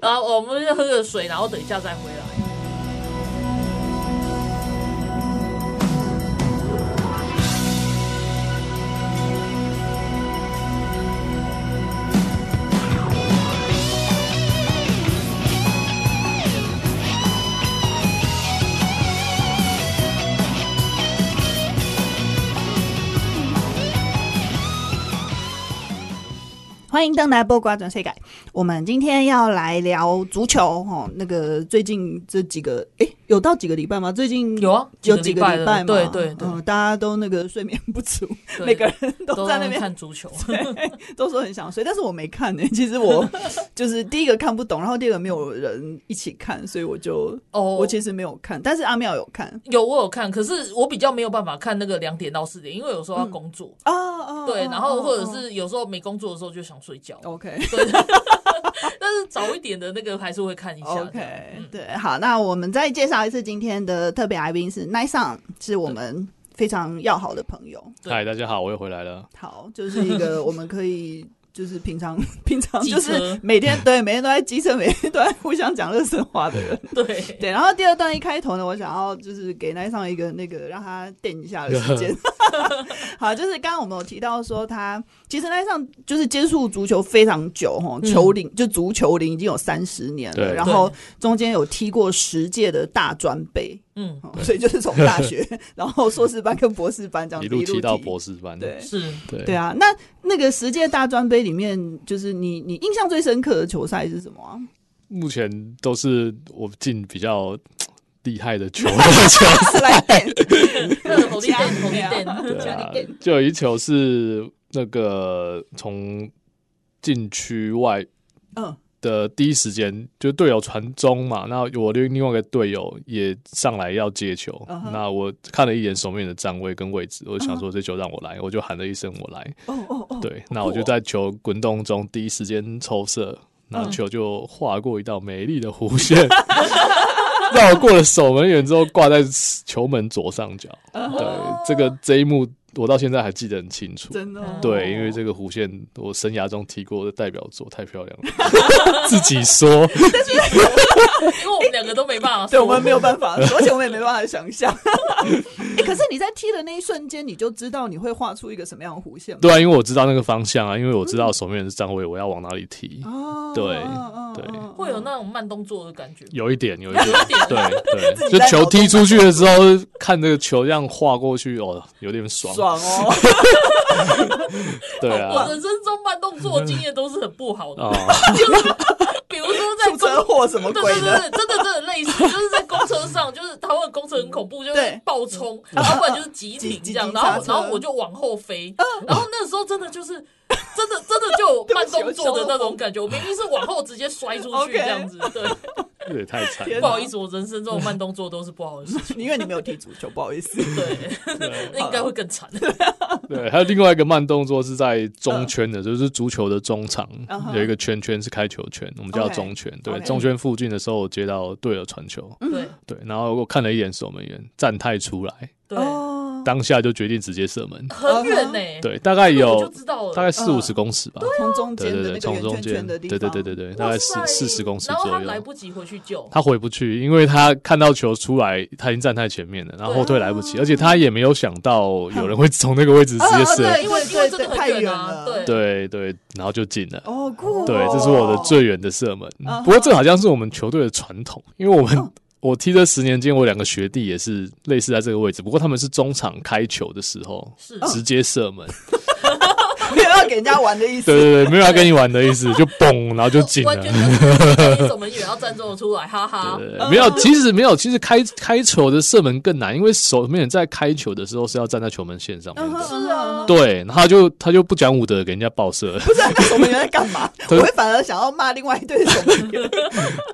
Speaker 1: 然后我们先喝个水，然后等一下再回来。
Speaker 2: 欢迎登来播瓜转世改。我们今天要来聊足球哦，那个最近这几个，哎，有到几个礼拜吗？最近
Speaker 1: 有啊
Speaker 2: 有
Speaker 1: 几
Speaker 2: 几
Speaker 1: 个
Speaker 2: 个
Speaker 1: 礼拜
Speaker 2: 礼拜嘛？
Speaker 1: 了对对对
Speaker 2: 嗯，大家都那个睡眠不足，
Speaker 1: 对
Speaker 2: 每个人
Speaker 1: 都
Speaker 2: 都在那边
Speaker 1: 看足
Speaker 2: <laughs>
Speaker 1: 球，
Speaker 2: 都说很想睡，但是我没看呢、欸 <laughs> 其实我就是第一个看不懂，然后第二个没有人一起看，所以我就
Speaker 1: 哦
Speaker 2: 我其实没有看，但是阿妙有看
Speaker 1: 有我有看，可是我比较没有办法看那个两点到四点，因为有时候要工作。
Speaker 2: 啊啊
Speaker 1: 对，然后或者是有时候没工作的时候就想睡觉，
Speaker 2: OK
Speaker 1: <laughs> 对。但是早一点的那个还是会看一下。这样嗯
Speaker 2: OK，对，好，那我们再介绍一次今天的特别来宾是 n i s o n 是我们非常要好的朋友。
Speaker 1: 对
Speaker 3: 嗨，大家好，我又回来了。
Speaker 2: 好，就是一个我们可以就是平常 <laughs> 平常
Speaker 1: 机
Speaker 2: 就
Speaker 1: 车
Speaker 2: 是每天对每天都在机车，每天都在互相讲热身话的人。
Speaker 1: 对，
Speaker 2: 对，然后第二段一开头呢，我想要就是给奈上一个那个让他垫一下的时
Speaker 3: <laughs>
Speaker 2: 间。 <laughs> 好，就是刚刚我们有提到说他其实奈上就是接触足球非常久哈，球龄、就足球龄已经有三十年
Speaker 3: 嗯对
Speaker 2: 了，然后中间有踢过十届的大专杯，
Speaker 1: 嗯，
Speaker 2: 哦所以就是从大学 <laughs> 然后硕士班跟博士班这样
Speaker 3: 一
Speaker 2: 子
Speaker 3: 路踢到博
Speaker 2: 博
Speaker 3: 士班，
Speaker 2: 对。
Speaker 1: 是
Speaker 3: 对
Speaker 2: 对啊，那那个十届大专杯里面，就是你你印象最深刻的球赛是什么啊、 <laughs>
Speaker 3: 目前都是我进比较厉害的球球，
Speaker 2: 是来电，
Speaker 1: 那个红绿灯，红绿
Speaker 3: 对
Speaker 1: 灯，
Speaker 3: 啊，
Speaker 2: <laughs>
Speaker 3: 就有一球是那个从禁区外
Speaker 2: 嗯，
Speaker 3: 的第一时间，就队友传中嘛，那我另另外一个队友也上来要接球
Speaker 2: 嗯哼嗯
Speaker 3: 那我看了一眼手面的站位跟位置，我就想说这球让我来，我就喊了一声我来，
Speaker 2: 哦哦哦，
Speaker 3: 对，那我就在球滚动中第一时间抽射，
Speaker 2: 嗯
Speaker 3: 那球就划过一道美丽的弧线， <laughs> 绕过了守门员之后挂在球门左上
Speaker 2: <laughs>
Speaker 3: 角。
Speaker 2: 嗯
Speaker 3: 对，这个这一幕我到现在还记得很清楚。
Speaker 2: 真的哦、
Speaker 3: 对，因为这个弧线我生涯中踢过的代表作太漂亮了， <laughs> 自己说。
Speaker 1: 因为我们两个都没办法说，
Speaker 2: 对我们没有办
Speaker 3: <laughs>
Speaker 2: 法，而且我们也没办法想象。 <laughs> 哎、可是你在踢的那一瞬间，你就知道你会画出一个什么样的弧线吗？
Speaker 3: 对啊，因为我知道那个方向啊，因为我知道守门员是站位，我要往哪里踢。
Speaker 2: 嗯哦，
Speaker 3: 对
Speaker 2: 哦
Speaker 3: 对，
Speaker 2: 哦
Speaker 1: 会有那种慢动作的感觉。
Speaker 3: 有一点，有一点，对对，
Speaker 2: 己
Speaker 3: 就
Speaker 2: 在
Speaker 3: 球
Speaker 2: 脑
Speaker 3: 踢
Speaker 2: 中
Speaker 3: 出去的时候，看这个球这样划过去，哦，有点爽，
Speaker 2: 爽哦， <laughs>
Speaker 3: 对
Speaker 1: 我
Speaker 3: 啊，
Speaker 1: 人生中慢动作经验都是很不好的，
Speaker 3: 哦， <laughs>
Speaker 1: 比如说在
Speaker 2: 出
Speaker 1: 公
Speaker 2: 车祸什么
Speaker 1: 对对
Speaker 2: 鬼
Speaker 1: 对
Speaker 2: 的？
Speaker 1: 对，真的真的类似，就是在公车上，就是台湾的公车很恐怖，就是
Speaker 2: 对
Speaker 1: 爆冲，然后不然就是急停这样，
Speaker 2: 急
Speaker 1: 然
Speaker 2: 急
Speaker 1: 后
Speaker 2: 刹车
Speaker 1: 然后我就往后飞，然后那时候真的就是真的真的就有慢动作的那种感觉，我明明是往后直接摔出去
Speaker 2: OK
Speaker 1: 这样子，对，
Speaker 3: 这也太惨了。
Speaker 2: 天
Speaker 1: 不好意思，我人生中的慢动作都是不好的事情，
Speaker 2: 因为你没有踢足球，不好意思。
Speaker 1: 那应该会更惨。
Speaker 3: 对，还有另外一个慢动作是在中圈的，就是足球的中场
Speaker 2: 嗯哼
Speaker 3: 有一个圈圈是开球圈，我们叫
Speaker 2: OK，
Speaker 3: 中圈。对，
Speaker 2: OK
Speaker 3: 中圈附近的时候我接到队友传球，
Speaker 1: 对
Speaker 3: 对，然后我看了一眼守门员站太出来，
Speaker 1: 对，
Speaker 2: 哦，
Speaker 3: 当下就决定直接射门。
Speaker 1: 很远呢，
Speaker 3: 对，大概
Speaker 1: 我
Speaker 3: 有
Speaker 1: 就知道了，
Speaker 3: 大概四五
Speaker 2: 嗯
Speaker 3: 十公尺吧。
Speaker 2: 从中
Speaker 3: 对
Speaker 2: 间的
Speaker 3: 对
Speaker 2: 那
Speaker 3: 对，
Speaker 2: 个
Speaker 3: 从
Speaker 2: 圆
Speaker 3: 中
Speaker 2: 圈
Speaker 3: 间，
Speaker 2: 圈的
Speaker 3: 对
Speaker 2: 地
Speaker 3: 对
Speaker 2: 方，
Speaker 3: 对对对，对大概四
Speaker 1: 哇塞
Speaker 3: 四十公尺
Speaker 1: 然后
Speaker 3: 左
Speaker 1: 他来
Speaker 3: 右。
Speaker 1: 不及回去救，
Speaker 3: 他回不去，因为他看到球出来，他已经站太前面
Speaker 2: 啊
Speaker 3: 了，然后后退来不及，而且他也没有想到有人会从那个位置直接
Speaker 2: 啊
Speaker 3: 射。
Speaker 2: 对
Speaker 1: 因为因为真的很
Speaker 2: 太远
Speaker 1: 啊，
Speaker 2: 了
Speaker 1: 对
Speaker 3: 对对，然后就进了。
Speaker 2: 哦，酷哦，
Speaker 3: 对，这是我的最远的射门。不过这好像是我们球队的传统，因为我
Speaker 2: 哦
Speaker 3: 们、 <laughs> 我踢这十年间，我两个学弟也是类似在这个位置，不过他们是中场开球的时候
Speaker 1: 是
Speaker 3: 直接射门。
Speaker 2: 没有要给人家玩的意 <laughs>
Speaker 3: 对
Speaker 2: 思。
Speaker 3: 对对，没有要跟你玩的意思，就嘣，然后就进了
Speaker 1: 完。全就是你守门员要站中出来，哈哈。
Speaker 3: <laughs> 对没有，
Speaker 2: 嗯
Speaker 3: 其实没有，其实开开球的射门更难，因为守门员在开球的时候是要站在球门线上面的。
Speaker 2: 是啊，
Speaker 3: 对，然后他就他就不讲武德，给人家爆射了， <laughs>
Speaker 2: 不是啊那守门员在干嘛？我
Speaker 3: 对
Speaker 2: 会反而想要骂另外一队的守门员。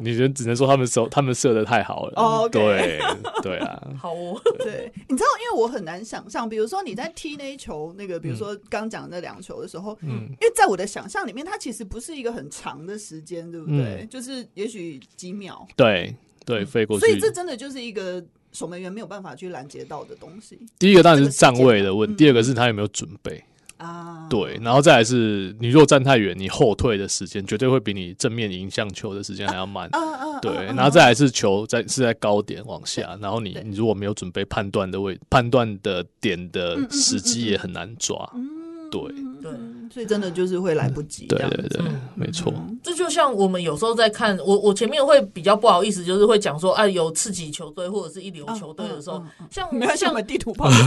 Speaker 3: 你就只能说他们守他们射的太好了。
Speaker 2: 哦，OK
Speaker 3: 对对啊，
Speaker 1: 好哦， <laughs>
Speaker 2: 对，你知道，因为我很难想象，比如说你在踢那一球，那个
Speaker 3: 嗯
Speaker 2: 比如说刚讲的那两球的时候，嗯，因为在我的想象里面，它其实不是一个很长的时间，对不对？就是也许几秒，
Speaker 3: 对对，飞嗯过去。
Speaker 2: 所以这真的就是一个守门员没有办法去拦截到的东西
Speaker 3: 第一个当然是站位的问
Speaker 2: 嗯
Speaker 3: 题，第二个是他有没有准备。
Speaker 2: 啊。
Speaker 3: 对，然后再来是你如果站太远，你后退的时间绝对会比你正面迎向球的时间还要慢。
Speaker 2: 啊啊， <laughs> 啊
Speaker 3: 对，
Speaker 2: 啊
Speaker 3: 然后再来是球在是在高点往下，然后你你如果没有准备判断的位判断的点的时机也很难抓。对
Speaker 1: 对，
Speaker 2: 嗯所以真的就是会来不及。
Speaker 3: 对
Speaker 2: 这样
Speaker 3: 对对，没错。
Speaker 1: 这就像我们有时候在看我，我前面会比较不好意思，就是会讲说，啊，有刺激球队或者是一流球队的时候
Speaker 2: 嗯嗯，
Speaker 1: 像
Speaker 2: <laughs> 没关系，我
Speaker 1: 像
Speaker 2: 们地
Speaker 3: <laughs>
Speaker 2: 图炮就是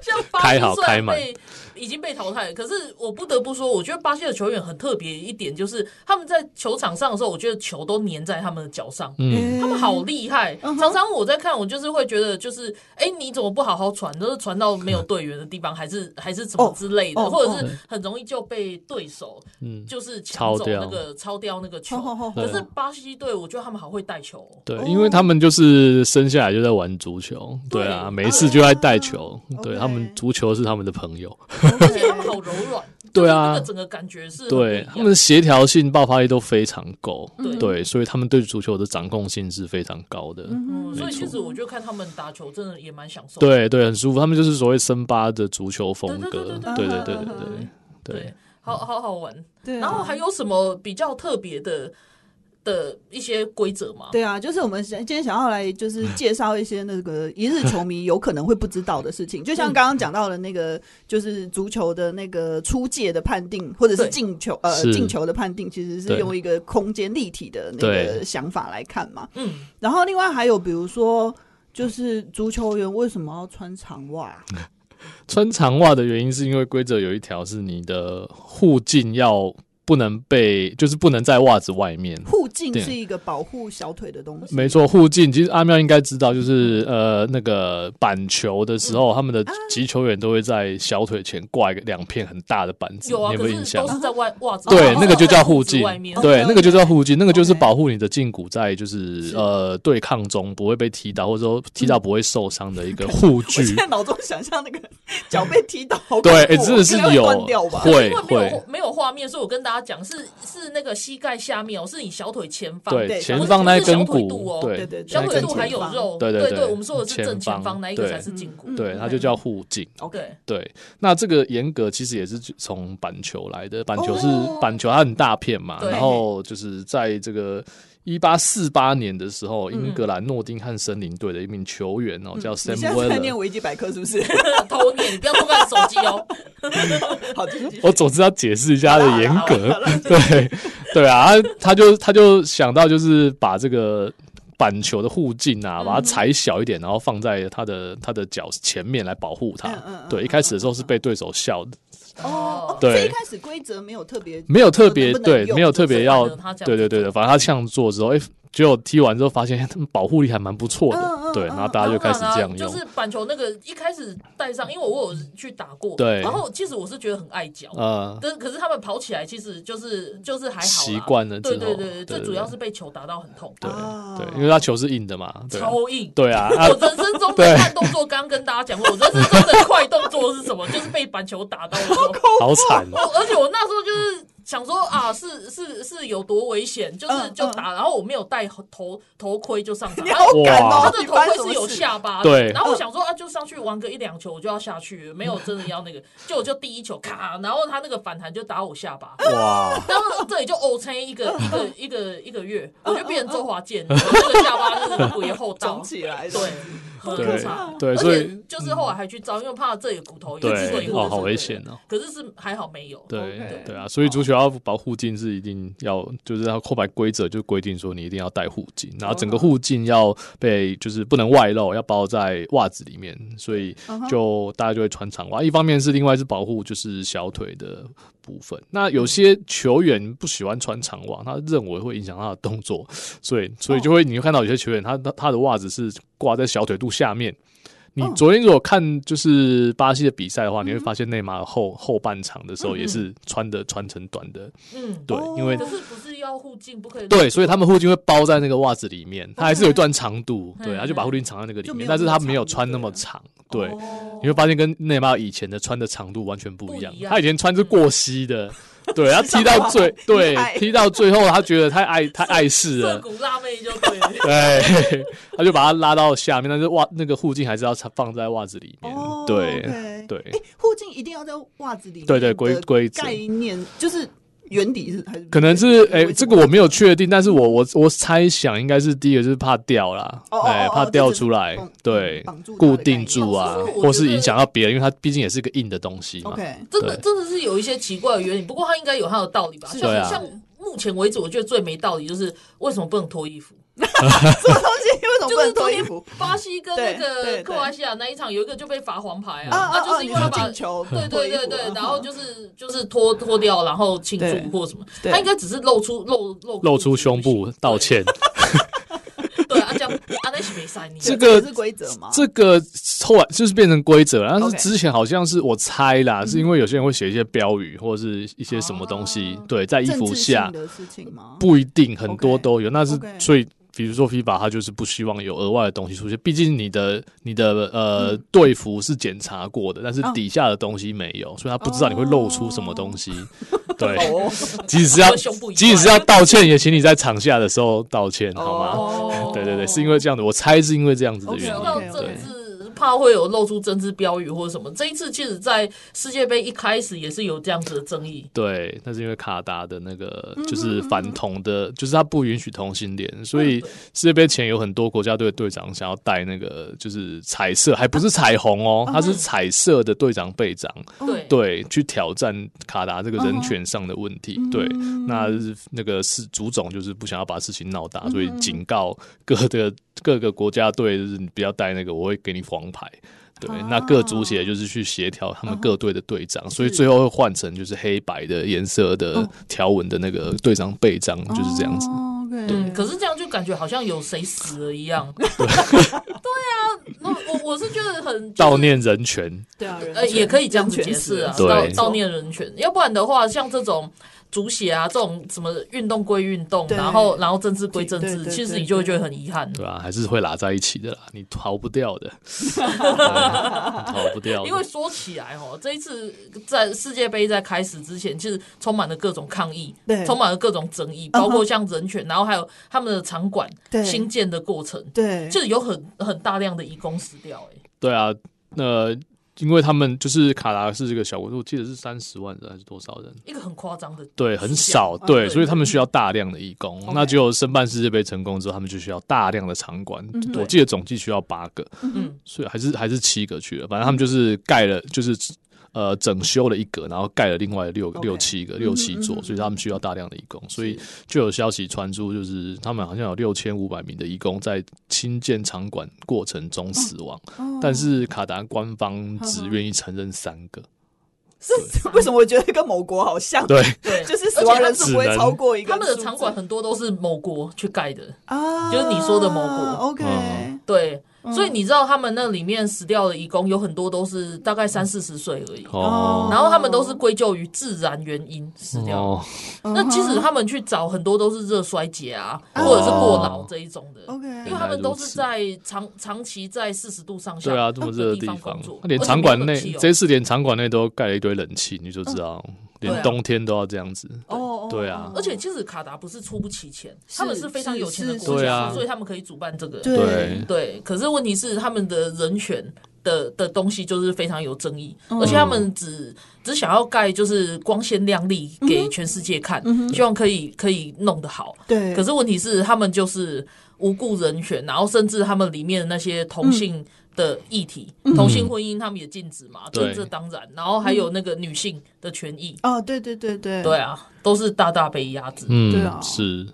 Speaker 1: 像巴
Speaker 3: 开
Speaker 1: 西
Speaker 3: 好
Speaker 1: 虽然
Speaker 3: 开满
Speaker 1: 被已经被淘汰了，可是我不得不说，我觉得巴西的球员很特别一点，就是他们在球场上的时候，我觉得球都粘在他们的脚上。
Speaker 3: 嗯，
Speaker 1: 他们好厉害，
Speaker 2: 嗯
Speaker 1: 常常我在看，我就是会觉得，就是哎、诶你怎么不好好传，就是传到没有队员的地方，还是还是什么之类的，
Speaker 2: 哦哦
Speaker 1: 或者是很容易就被对手
Speaker 3: 嗯
Speaker 1: 就是抢
Speaker 3: 抄
Speaker 1: 走
Speaker 3: 掉啊
Speaker 1: 那个抄掉那个球。
Speaker 2: 吼吼吼
Speaker 1: 可是巴西队，我觉得他们好会带球哦、
Speaker 3: 对，因为他们就是生下来就在玩足球，对啊，
Speaker 1: 对
Speaker 3: 没事就在带球，对
Speaker 2: OK
Speaker 3: 他们足球是他们的朋友，
Speaker 1: 而且他们好柔软，
Speaker 3: 对
Speaker 1: 就是那
Speaker 3: 啊
Speaker 1: 个，整个感觉是很不一
Speaker 3: 对
Speaker 1: 样
Speaker 3: 他们的协调性、爆发力都非常够，
Speaker 1: 对
Speaker 3: 对，所以他们对足球的掌控性是非常高的，
Speaker 1: 嗯所以
Speaker 3: 没错
Speaker 1: 其实我就看他们打球真的也蛮享受的。
Speaker 3: 对对，很舒服。他们就是所谓森巴的足球风
Speaker 1: 对
Speaker 3: 格，
Speaker 1: 对
Speaker 3: 对
Speaker 1: 对对
Speaker 3: 对对
Speaker 1: 对
Speaker 3: 对对对
Speaker 1: 对，好好好玩。
Speaker 2: 对啊
Speaker 1: 然后还有什么比较特别的的一些规则吗？
Speaker 2: 对啊，就是我们想今天想要来
Speaker 3: <laughs>
Speaker 2: 就是介绍一些那个一日球迷有可能会不知道的事情，就像刚刚讲到的那个，就是足球的那个出界的判定，或者是
Speaker 1: 对
Speaker 2: 进球呃
Speaker 3: 是
Speaker 2: 进球的判定，其实是
Speaker 3: 对
Speaker 2: 用一个空间立体的那个
Speaker 3: 对
Speaker 2: 想法来看嘛。
Speaker 1: 嗯，
Speaker 2: 然后另外还有比如说，就是足球员为什么要穿长袜？
Speaker 3: 穿长袜的原因是因为规则有一条是你的护胫要不能被，就是不能在袜子外面。
Speaker 2: 护胫
Speaker 3: 对啊
Speaker 2: 是一个保护小腿的东西，
Speaker 3: 没错，护胫其实阿妙应该知道，就是呃那个板球的时候，他们的击球员都会在小腿前挂一个两片很大的板子，
Speaker 1: 有啊，
Speaker 3: 你有
Speaker 1: 可
Speaker 3: 没
Speaker 1: 是
Speaker 3: 有印象
Speaker 1: 都？是在外袜子，
Speaker 3: 对，
Speaker 1: 哦
Speaker 3: 那个就叫护
Speaker 1: 在裤子外面
Speaker 3: 胫，对，那个就叫护胫，那个就是
Speaker 2: OK
Speaker 3: 保护你的胫骨在就是呃对抗中不会被踢到，或者说踢到不会受伤的一个护
Speaker 1: 嗯
Speaker 2: 我现
Speaker 3: 具。
Speaker 2: 在脑中想象那个脚被踢倒，好恐
Speaker 3: 对，
Speaker 2: 怖
Speaker 3: 哎
Speaker 2: 哦
Speaker 3: 真的是
Speaker 2: 应该会
Speaker 3: 有
Speaker 2: 断掉吧？
Speaker 3: 会
Speaker 1: 因为没
Speaker 3: 会
Speaker 1: 有，没有画面，所以我跟大家讲，是是那个膝盖下面哦，是你小腿前方，
Speaker 3: 对
Speaker 2: 对
Speaker 3: 前方那一根
Speaker 1: 小腿肚
Speaker 3: 骨
Speaker 1: 哦，
Speaker 2: 对对对
Speaker 1: 小
Speaker 3: 那
Speaker 1: 腿
Speaker 3: 根
Speaker 1: 肚
Speaker 3: 骨
Speaker 1: 还有肉，
Speaker 3: 对
Speaker 1: 对
Speaker 3: 对对
Speaker 1: 我们说的是正前
Speaker 3: 前
Speaker 1: 方
Speaker 3: 方
Speaker 1: 那一个
Speaker 3: 对
Speaker 1: 才是胫
Speaker 2: 嗯
Speaker 1: 骨，
Speaker 3: 对，它就叫护胫。
Speaker 1: 对，
Speaker 3: 对，那这个严格其实也是从板球来的，板球是、
Speaker 2: 哦
Speaker 3: 板球，它很大片嘛，
Speaker 1: 对
Speaker 3: 然后就是在这个。一八四八年的时候，英格兰诺丁汉森林队的一名球员哦，叫
Speaker 2: 嗯你现
Speaker 3: Sam
Speaker 2: 在是在
Speaker 3: Weller
Speaker 2: 念。维基百科是不是？
Speaker 1: 偷念，你不要偷看手机哦，
Speaker 2: 好，继续继续
Speaker 3: 我总是要解释一下他的严格， <laughs> 对对啊，他他就他就想到就是把这个板球的护胫
Speaker 2: 嗯
Speaker 3: 啊，把它裁小一点，然后放在他的他的脚前面来保护他
Speaker 2: 嗯嗯嗯。
Speaker 3: 对，一开始的时候是被对手笑的，
Speaker 1: 哦，
Speaker 2: 所以
Speaker 3: 对
Speaker 2: 一，开始规则没有特别，
Speaker 3: 没有特别
Speaker 2: 能不能
Speaker 3: 对，
Speaker 2: 用
Speaker 3: 没有特别
Speaker 1: 就
Speaker 3: 要
Speaker 1: 是反正他这样
Speaker 3: 对对对
Speaker 1: 子
Speaker 3: 对，反正他这样做之后，哎、结果踢完之后发现他们 <laughs> 保护力还蛮不错
Speaker 2: 嗯嗯
Speaker 3: 的，对，
Speaker 2: 嗯
Speaker 3: 然后大家就开始这样
Speaker 1: 就
Speaker 3: 用
Speaker 1: 是，板球那个一开始戴上，因为我有去打过，
Speaker 3: 对
Speaker 1: 然后其实我是觉得很碍脚，
Speaker 3: 呃，
Speaker 1: 但可是他们跑起来其实就是就是还好啦，
Speaker 3: 习惯了之
Speaker 1: 对对
Speaker 3: 后
Speaker 1: 对
Speaker 3: 对
Speaker 1: 最
Speaker 3: 对
Speaker 1: 主要是被球打到很痛，
Speaker 3: 对
Speaker 2: 啊
Speaker 3: 对，因为他球是硬的嘛，对啊
Speaker 1: 超硬。
Speaker 3: 对啊，
Speaker 2: <laughs>
Speaker 3: 啊
Speaker 1: 我人生中的
Speaker 3: 对
Speaker 1: 慢动作，刚刚跟大家讲过，我人生中的快动作是什么？就是被板球打到的时候，
Speaker 3: 好惨哦，
Speaker 1: 而且我那时候就是想说啊，是是是有多危险，就是
Speaker 2: 嗯
Speaker 1: 就打，然后我没有戴头头盔就上场，
Speaker 2: 你好
Speaker 3: 敢哦
Speaker 1: 他的
Speaker 2: 你
Speaker 1: 头
Speaker 2: 发生
Speaker 1: 盔
Speaker 2: 什么
Speaker 1: 是有
Speaker 2: 事嗯
Speaker 1: 下巴的，
Speaker 3: 对
Speaker 1: 然后我想说啊，就上去玩个一两球，我就要下去，没有真的要那个，就我就第一球咔，然后他那个反弹就打我下巴。
Speaker 3: 哇，
Speaker 1: 然后这里就 O 撑一个一个一个一个月，我就变成周华
Speaker 2: <laughs>
Speaker 1: 健，我那个下巴就是骨也厚道
Speaker 2: 肿，起来，
Speaker 1: 对，很可怕。
Speaker 3: 对对，
Speaker 1: 而
Speaker 3: 所
Speaker 1: 且
Speaker 3: 以
Speaker 1: 就是后来还去照，因为怕这里骨头有
Speaker 2: 对
Speaker 3: 对
Speaker 1: 碎，
Speaker 3: 哦，好危险哦。
Speaker 1: 可是是还好没有。
Speaker 3: 对
Speaker 2: OK
Speaker 3: 对啊，所以足球要保护镜是一定要，就是它后来规则就规定说你一定要戴护镜，然后整个护镜要被就是不能外露，要包在袜子里面，所以就大家就会穿长袜。一方面是另外是保护就是小腿的部分。那有些球员不喜欢穿长袜，他认为会影响他的动作，所以所以就会你会看到有些球员他他他的袜子是挂在小腿肚下面。你
Speaker 1: 哦
Speaker 3: 昨天如果看就是巴西的比赛的话，
Speaker 1: 嗯
Speaker 3: 你会发现内马尔后后半场的时候也是穿的穿成短的，
Speaker 1: 嗯，
Speaker 3: 对，因为
Speaker 1: 可是不是要护镜不可以？
Speaker 3: 对，所以他们护镜会包在那个袜子里面，它还是有一段长度，
Speaker 1: 嗯
Speaker 3: 对，他就把护镜藏在那个里
Speaker 2: 就没
Speaker 3: 面，
Speaker 2: 有
Speaker 3: 但是
Speaker 2: 那么
Speaker 3: 他没有
Speaker 2: 长就
Speaker 3: 穿那
Speaker 2: 对
Speaker 3: 么
Speaker 2: 了
Speaker 3: 长，对，
Speaker 1: 哦
Speaker 3: 你会发现跟内马尔以前的穿的长度完全不一样
Speaker 1: 不一，样
Speaker 3: 他以前穿是过
Speaker 1: <laughs>
Speaker 3: 膝的。对他踢到最对
Speaker 2: 厉
Speaker 1: 啊
Speaker 2: 害
Speaker 3: 踢到最后，他觉得太碍太
Speaker 1: <laughs>
Speaker 3: 碍事
Speaker 1: 涩
Speaker 3: 了，
Speaker 1: 谷辣妹就对
Speaker 3: <laughs>
Speaker 1: 了。
Speaker 3: 对，哎他就把它拉到下面，但是袜那个护镜还是要插放在袜子里面。
Speaker 2: 哦，
Speaker 3: 对
Speaker 2: OK
Speaker 3: 对
Speaker 2: 哎，护镜一定要在袜子里面，
Speaker 3: 对对规规则
Speaker 2: 概念就是原底是还是
Speaker 3: 可能是哎、
Speaker 2: 为什么
Speaker 3: 这个我没有确定，但是我我我猜想应该是第一个就是怕掉啦，哎、
Speaker 2: 哦哦哦
Speaker 3: 怕
Speaker 2: 就
Speaker 3: 掉
Speaker 2: 只是
Speaker 3: 出来
Speaker 2: 绑，嗯
Speaker 3: 对
Speaker 2: 绑住，它的
Speaker 3: 固
Speaker 2: 概
Speaker 3: 定
Speaker 2: 念哦
Speaker 3: 住啊
Speaker 1: 可是，我
Speaker 3: 或
Speaker 1: 觉
Speaker 3: 是
Speaker 1: 得
Speaker 3: 影响到别人，因为它毕竟也是一个硬的东西嘛。
Speaker 2: OK
Speaker 1: 真的
Speaker 3: 对
Speaker 1: 真的是有一些奇怪的原理，不过他应该有他的道理吧？像
Speaker 3: 对啊
Speaker 1: 像目前为止，我觉得最没道理就是为什么不能脱衣服？
Speaker 2: 什么东西？为什么
Speaker 1: 就
Speaker 2: 不
Speaker 1: 是
Speaker 2: 能
Speaker 1: 昨
Speaker 2: 脱衣
Speaker 1: 天
Speaker 2: 服？
Speaker 1: 巴西跟那
Speaker 2: 对对
Speaker 1: 个
Speaker 2: 对
Speaker 1: 克罗埃西亚那一场，有一个就被罚黄牌
Speaker 2: 啊
Speaker 1: 啊，
Speaker 2: 啊
Speaker 1: 那就
Speaker 2: 啊！
Speaker 1: 是因
Speaker 2: 你
Speaker 1: 为他
Speaker 2: 说
Speaker 1: 把
Speaker 2: 进球，
Speaker 1: 对对对对
Speaker 2: 脱衣服，啊
Speaker 1: 然后就是就是脱脱掉，然后庆
Speaker 2: 对
Speaker 1: 祝或什么，
Speaker 2: 对
Speaker 1: 他应该只是露出露露
Speaker 3: 露出胸部道，歉，
Speaker 1: 对 <laughs> 对啊，这样啊那是没塞你。
Speaker 3: 这
Speaker 2: 这也
Speaker 3: 个
Speaker 2: 是规则嘛？
Speaker 3: 这个后来就是变成规则了，但是
Speaker 2: OK 嗯
Speaker 3: 之前好像是我猜啦，是因为有些人会写一些标语或者是一些什么东西
Speaker 2: 哦，
Speaker 3: 对，在衣
Speaker 2: 政
Speaker 3: 服
Speaker 2: 治性
Speaker 3: 下，
Speaker 2: 的事情吗？
Speaker 3: 不一定，很多
Speaker 2: OK，
Speaker 3: 都有。那是
Speaker 2: OK
Speaker 3: 所以，比如说 FIFA，它就是不希望有额外的东西出现。毕竟你的你的呃
Speaker 2: 嗯
Speaker 3: 队服是检查过的，但是
Speaker 2: 哦
Speaker 3: 底下的东西没有，所以他不知道你会露出什么东西。对，
Speaker 2: <laughs> 哦，
Speaker 3: 即使要
Speaker 1: 和胸部一样
Speaker 3: 即使要道歉，也请你在场下的时候道歉，好吗？
Speaker 1: 哦
Speaker 3: 对对对，是因为这样的，我猜是因为这样子的原
Speaker 1: 说
Speaker 3: 因。
Speaker 1: 到
Speaker 2: OK，OK
Speaker 1: 政治，怕会有露出政治标语或者什么。这一次，其实，在世界杯一开始也是有这样子的争议。
Speaker 3: 对，那是因为卡达的那个就是反同的，就是他不允许同性恋，所以世界杯前有很多国家队的队长想要戴那个就是彩色，还不是彩虹哦，他是彩色的队长背章，
Speaker 2: 嗯
Speaker 1: 对，
Speaker 3: 对，去挑战卡达这个
Speaker 1: 哦
Speaker 3: 人权上的问题。
Speaker 1: 嗯
Speaker 3: 对，那那个是足总就是不想要把事情闹大，所以
Speaker 1: 嗯
Speaker 3: 警告各个各个国家队，就是你不要带那个，我会给你黄牌。对，那各足
Speaker 1: 哦
Speaker 3: 协就是去协调他
Speaker 1: 嗯
Speaker 3: 们各队的队长，所以最后会换成就是黑白的颜色
Speaker 1: 嗯
Speaker 3: 的条纹的那个队长背章，就是这样子。
Speaker 2: 哦，OK。
Speaker 1: 嗯，可是这样就感觉好像有谁死了一样。 <laughs> 对啊，那我我是觉得很
Speaker 3: 悼。念人权，
Speaker 2: 对啊，人
Speaker 1: 呃，
Speaker 2: 权
Speaker 1: 也可以这样子
Speaker 2: 人
Speaker 1: 解
Speaker 2: 权
Speaker 1: 释啊，
Speaker 3: 对
Speaker 1: 悼悼念人权。要不然的话，像这种足协啊，这种什么运动归运动，
Speaker 2: 对
Speaker 1: 然后然后政治归政
Speaker 2: 对对
Speaker 1: 治，
Speaker 2: 对
Speaker 1: 其实
Speaker 2: 对
Speaker 1: 你就会觉得
Speaker 2: 对
Speaker 1: 很遗憾。
Speaker 3: 对吧、还是会拉在一起的啦，你逃不掉
Speaker 1: <laughs>
Speaker 3: 的，对逃不掉的。
Speaker 1: 因为说起来哦，这一次在世界杯在开始之前，其实充满了各种抗议，
Speaker 2: 对嗯
Speaker 1: 充满了各种争议，包括像人权，然后还有他们的场馆
Speaker 2: 对
Speaker 1: 新建的过程，
Speaker 2: 对，
Speaker 1: 就是有很很大量的移工死掉、欸，
Speaker 3: 对啊，呃，因为他们就是卡达是这个小国，我记得是三十万人还是多少人？
Speaker 1: 一个很夸张的，
Speaker 3: 对，很少，对，
Speaker 1: 对
Speaker 3: 所以他们需要大量的义工。那只有申办世界杯成功之后，他们就需要大量的场馆。我记得总计需要八个，
Speaker 1: 嗯，
Speaker 3: 所以还是还是七个去了。反正他们就是盖了，就是呃整修了一格，然后盖了另外六个
Speaker 2: OK
Speaker 3: 六七个六七座，所以他们需要大量的义工。所以就有消息传出，就是他们好像有六千五百名的义工在新建场馆过程中死亡，但是卡达官方只愿意承认三个。
Speaker 2: 这为什么我觉得跟某国好像？
Speaker 3: 对，
Speaker 1: 对，
Speaker 2: 就是死亡人数不会
Speaker 3: 而且他们
Speaker 2: 超过一个
Speaker 1: 他
Speaker 2: 数
Speaker 1: 们
Speaker 2: 字。
Speaker 1: 的场馆很多都是某国去盖的，
Speaker 2: 啊，
Speaker 1: 就是你说的某国
Speaker 2: OK，
Speaker 3: 嗯
Speaker 1: 对，所以你知道他们那里面死掉的义工有很多都是大概三四十岁而已，
Speaker 3: 哦
Speaker 1: 然后他们都是归咎于自然原因死掉的。
Speaker 3: 哦，
Speaker 2: 嗯
Speaker 1: 那即使他们去找，很多都是热衰竭啊，
Speaker 3: 哦
Speaker 1: 或者是过劳这一种的。
Speaker 2: OK
Speaker 3: 嗯
Speaker 1: 因为他们都是在长长期在四十度上下
Speaker 3: 对啊，这么热
Speaker 1: 的
Speaker 3: 地
Speaker 1: 方
Speaker 3: 方啊
Speaker 1: 工作，，
Speaker 3: 那连
Speaker 1: 而且
Speaker 3: 场
Speaker 1: 没有
Speaker 3: 馆
Speaker 1: 冷
Speaker 3: 内
Speaker 1: 气哦
Speaker 3: 这次连场馆内都盖了一堆冷气，你就知道，
Speaker 1: 对啊
Speaker 3: 连冬天都要这样子。
Speaker 2: 哦，
Speaker 3: 对啊
Speaker 1: 而且其实卡达不是出不起钱，
Speaker 2: 是
Speaker 1: 他们是非常有钱的
Speaker 2: 是
Speaker 1: 国
Speaker 3: 是啊
Speaker 1: 家，
Speaker 3: 是
Speaker 1: 所以他们可以主办这个。
Speaker 2: 对啊
Speaker 3: 对
Speaker 1: 对，可是问题是他们的人权的的东西就是非常有争议，
Speaker 2: 嗯
Speaker 1: 而且他们只只想要盖就是光鲜亮丽给全世界看，希望可以可以弄得好。
Speaker 2: 嗯对
Speaker 1: 可是问题是他们就是无故人权，然后甚至他们里面的那些同
Speaker 2: 嗯
Speaker 1: 性。的议题，同性婚姻他们也禁止嘛，这
Speaker 3: 对
Speaker 1: 这当然，然后还有那个女性的权益，
Speaker 2: 哦，对对对对
Speaker 1: 对，啊，都是大大被压制。
Speaker 3: 嗯，
Speaker 2: 对啊
Speaker 3: 是，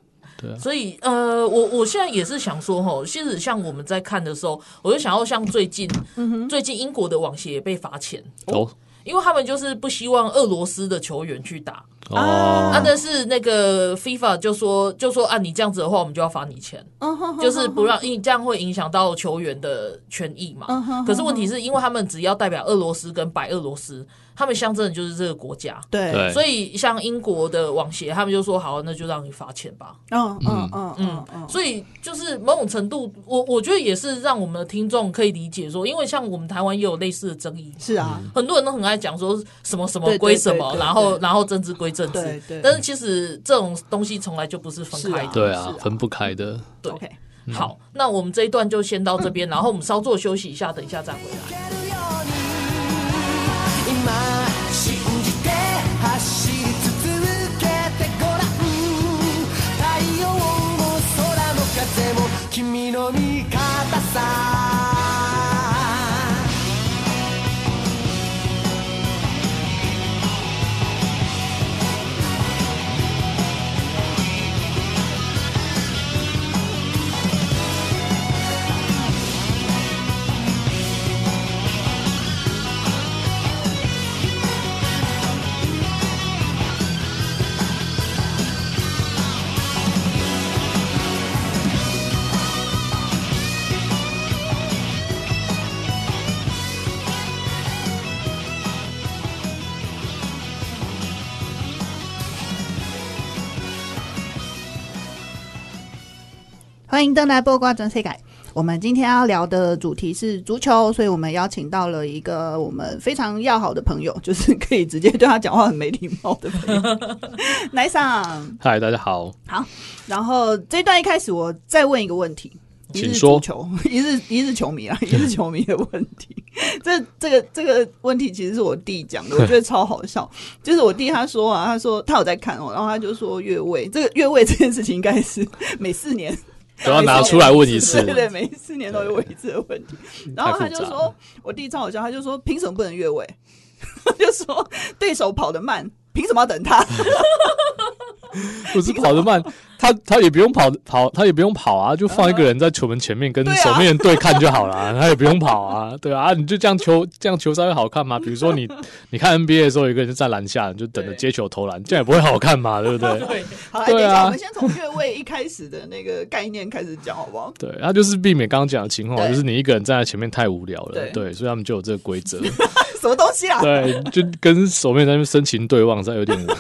Speaker 1: 所以呃，我我现在也是想说吼，其实像我们在看的时候，我就想要像最近，
Speaker 3: 嗯
Speaker 1: 最近英国的网协也被罚钱，
Speaker 3: 哦
Speaker 1: 因为他们就是不希望俄罗斯的球员去打。
Speaker 3: 哦，
Speaker 1: 啊，但是那个 FIFA 就说就说啊，你这样子的话，我们就要罚你钱，
Speaker 3: 哦
Speaker 1: 就是不让，因为这样会影响到球员的权益
Speaker 3: 哦
Speaker 1: 嘛。可是问题是因为他们只要代表俄罗斯跟白俄罗斯，他们象征的就是这个国家。
Speaker 2: 对，
Speaker 3: 对
Speaker 1: 所以，像英国的网协，他们就说好，那就让你罚钱吧。
Speaker 2: 嗯嗯嗯嗯嗯，
Speaker 1: 所以就是某种程度，我我觉得也是让我们的听众可以理解说，因为像我们台湾也有类似的争议，
Speaker 2: 是啊，
Speaker 1: 很多人都很爱讲说什么什么
Speaker 2: 对对
Speaker 1: 归什么，
Speaker 2: 对对
Speaker 1: 然后
Speaker 2: 对
Speaker 1: 然后政治归政治，
Speaker 2: 对对
Speaker 1: 但是其实这种东西从来就不是分开的。
Speaker 2: 是
Speaker 3: 对啊嗯
Speaker 2: 是啊，
Speaker 3: 分不开的。
Speaker 1: 对
Speaker 2: OK
Speaker 1: 好，那我们这一段就先到这边，然后我们稍作休息一下，等一下再回来。
Speaker 2: 嗯欢迎登来播瓜转世改。我们今天要聊的主题是足球，所以我们邀请到了一个我们非常要好的朋友，就是可以直接对他讲话很没礼貌的朋友，啊奶桑。
Speaker 3: 嗨，大家好，
Speaker 2: 然后这段一开始，我再问一个问题，一
Speaker 3: 请
Speaker 2: 日
Speaker 3: 说
Speaker 2: 足球， <laughs> 一日一日球迷啊，一 <laughs> 日球迷的问题。 <laughs> 这这个这个问题其实是我弟讲的，我觉得超好
Speaker 3: <laughs>
Speaker 2: 笑。就是我弟他说啊，他说他有在看哦，然后他就说越位，这个越位这件事情应该是 <laughs> 每四年
Speaker 3: 都要
Speaker 1: 啊
Speaker 3: 拿出来问一次
Speaker 2: 对。 <laughs> 对对，每一次年都有一次的问题。然后他就
Speaker 3: 太复杂
Speaker 2: 说
Speaker 3: 了，
Speaker 2: 我弟超好笑，他就说凭什么不能越位？ <laughs> 就说对手跑得慢，凭什么要等他？
Speaker 3: 不是跑得慢，他他也不用跑跑，他也不用跑啊，就放一个人在球门前面跟
Speaker 2: 对啊
Speaker 3: 守门员对看就好啦，他也不用跑啊，对啊，你就这样球这样球赛会好看吗？比如说你你看 NBA 的时候，有一个人就站篮下，你就等着接球投篮，这样也不会好看嘛，对不对？
Speaker 1: 对，
Speaker 2: 好，来等
Speaker 3: 对
Speaker 2: 一
Speaker 3: 啊
Speaker 2: 下，我们先从越位一开始的那个概念开始讲，好不好？ <laughs>
Speaker 3: 对，他就是避免刚刚讲的情况，
Speaker 2: 对
Speaker 3: 就是你一个人站在前面太无聊了
Speaker 2: 对，
Speaker 3: 对，所以他们就有这个规则，
Speaker 2: 什么东西啊？
Speaker 3: 对，就跟守面在那边深情对望，实在有点无。 <laughs>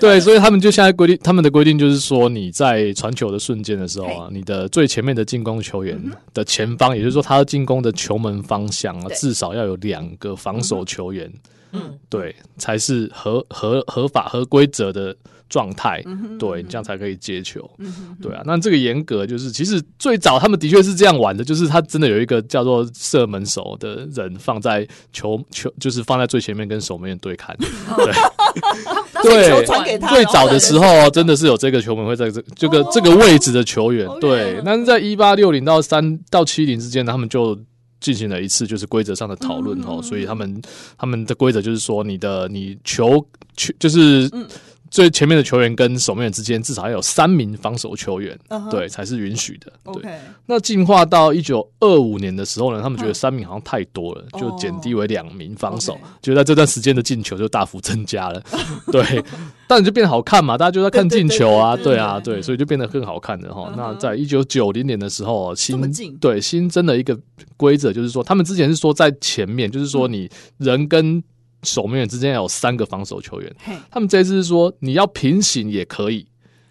Speaker 3: 对，所以他们就现在规定，他们的规定就是说，你在传球的瞬间的时候啊，你的最前面的进攻球员
Speaker 2: 嗯
Speaker 3: 的前方，也就是说他要进攻的球门方向啊，
Speaker 2: 对
Speaker 3: 至少要有两个防守球员，
Speaker 1: 嗯，
Speaker 3: 对，才是合合合法合规则的状态，
Speaker 2: 嗯
Speaker 3: 对，这样才可以接球。对啊，那这个严格就是，其实最早他们的确是这样玩的，就是他真的有一个叫做射门手的人放在球球，就是放在最前面跟守门员对看。
Speaker 1: 他
Speaker 3: 对
Speaker 1: 球
Speaker 2: 传给他
Speaker 3: 最早的时候真的是有这个球门会在这这个这个位置的球员
Speaker 2: 哦，
Speaker 3: 对。但是在一八六零到三到七零之间呢，他们就。进行了一次就是规则上的讨论
Speaker 2: 嗯嗯
Speaker 3: 哦，所以他们他们的规则就是说，你的你球球就是最前面的球员跟守门员之间至少要有三名防守球员
Speaker 2: 嗯哼
Speaker 3: 对，才是允许的。对
Speaker 2: OK，
Speaker 3: 那进化到一九二五年的时候呢，他们觉得三名好像太多了，
Speaker 2: 嗯哦
Speaker 3: 就减低为两名防守
Speaker 2: OK，
Speaker 3: 就在这段时间的进球就大幅增加
Speaker 2: <laughs>
Speaker 3: 了。对，但你就变得好看嘛，大家就在看进球啊，
Speaker 2: 对对对对
Speaker 3: 对啊，
Speaker 2: 对
Speaker 3: 对，所以就变得更好看了哈
Speaker 2: 嗯哼。
Speaker 3: 那在一九九零年的时候，
Speaker 2: 这么
Speaker 3: 新
Speaker 2: 近
Speaker 3: 对新增了一个规则，就是说他们之前是说在前面，就是
Speaker 2: 嗯
Speaker 3: 说你人跟守门员之间要有三个防守球员，
Speaker 2: 嘿，
Speaker 3: 他们这一次是说你要平行也可以。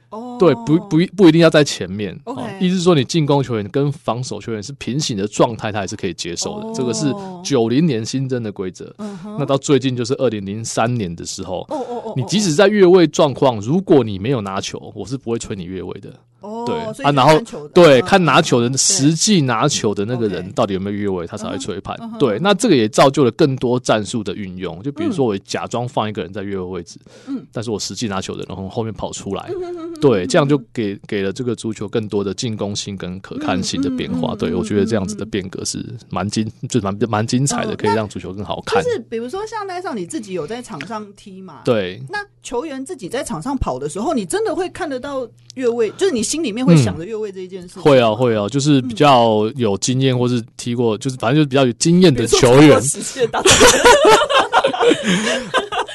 Speaker 2: 哦，
Speaker 3: 对，不不一不一定要在前面。
Speaker 2: OK
Speaker 3: 哦意思是说你进攻球员跟防守球员是平行的状态，他也是可以接受的。
Speaker 2: 哦
Speaker 3: 这个是九零年新增的规则。
Speaker 2: 嗯哼，
Speaker 3: 那到最近就是二零零三年的时候，
Speaker 2: 哦哦哦，
Speaker 3: 你即使在越位状况，如果你没有拿球，我是不会吹你越位的。
Speaker 2: 哦
Speaker 3: 对
Speaker 2: 所以
Speaker 3: 啊，
Speaker 2: 是
Speaker 3: 然后
Speaker 2: 看球的
Speaker 3: 对
Speaker 2: 嗯
Speaker 3: 看拿球
Speaker 2: 嗯
Speaker 3: 的实际拿球的那个
Speaker 2: OK
Speaker 3: 人到底有没有越位，他才
Speaker 2: 嗯
Speaker 3: 会
Speaker 2: 哼
Speaker 3: 吹判
Speaker 2: 嗯哼。
Speaker 3: 对，那这个也造就了更多战术的运用。就比如说，我假装放一个人在越位位置，
Speaker 2: 嗯
Speaker 3: 但是我实际拿球的人从后面跑出来，对，这样就给给了这个足球更多的进攻性跟可看性的变
Speaker 2: 嗯嗯
Speaker 3: 化。
Speaker 2: 嗯
Speaker 3: 对我觉得这样子的变革是蛮精，就蛮蛮精彩
Speaker 2: 哦
Speaker 3: 的，可以让足球更好
Speaker 2: 就
Speaker 3: 看。
Speaker 2: 是比如说像赖上你自己有在场上踢嘛，。
Speaker 3: 对，
Speaker 2: 那球员自己在场上跑的时候，你真的会看得到越位，就是你心里面会想着越位这一件事情吗、
Speaker 3: 嗯会啊，会啊，就是比较有经验，或是踢过，就是反正就是比较有经
Speaker 2: 嗯
Speaker 3: 验
Speaker 2: 比
Speaker 3: 的
Speaker 2: 如说
Speaker 3: 球员
Speaker 2: 超过，时限打到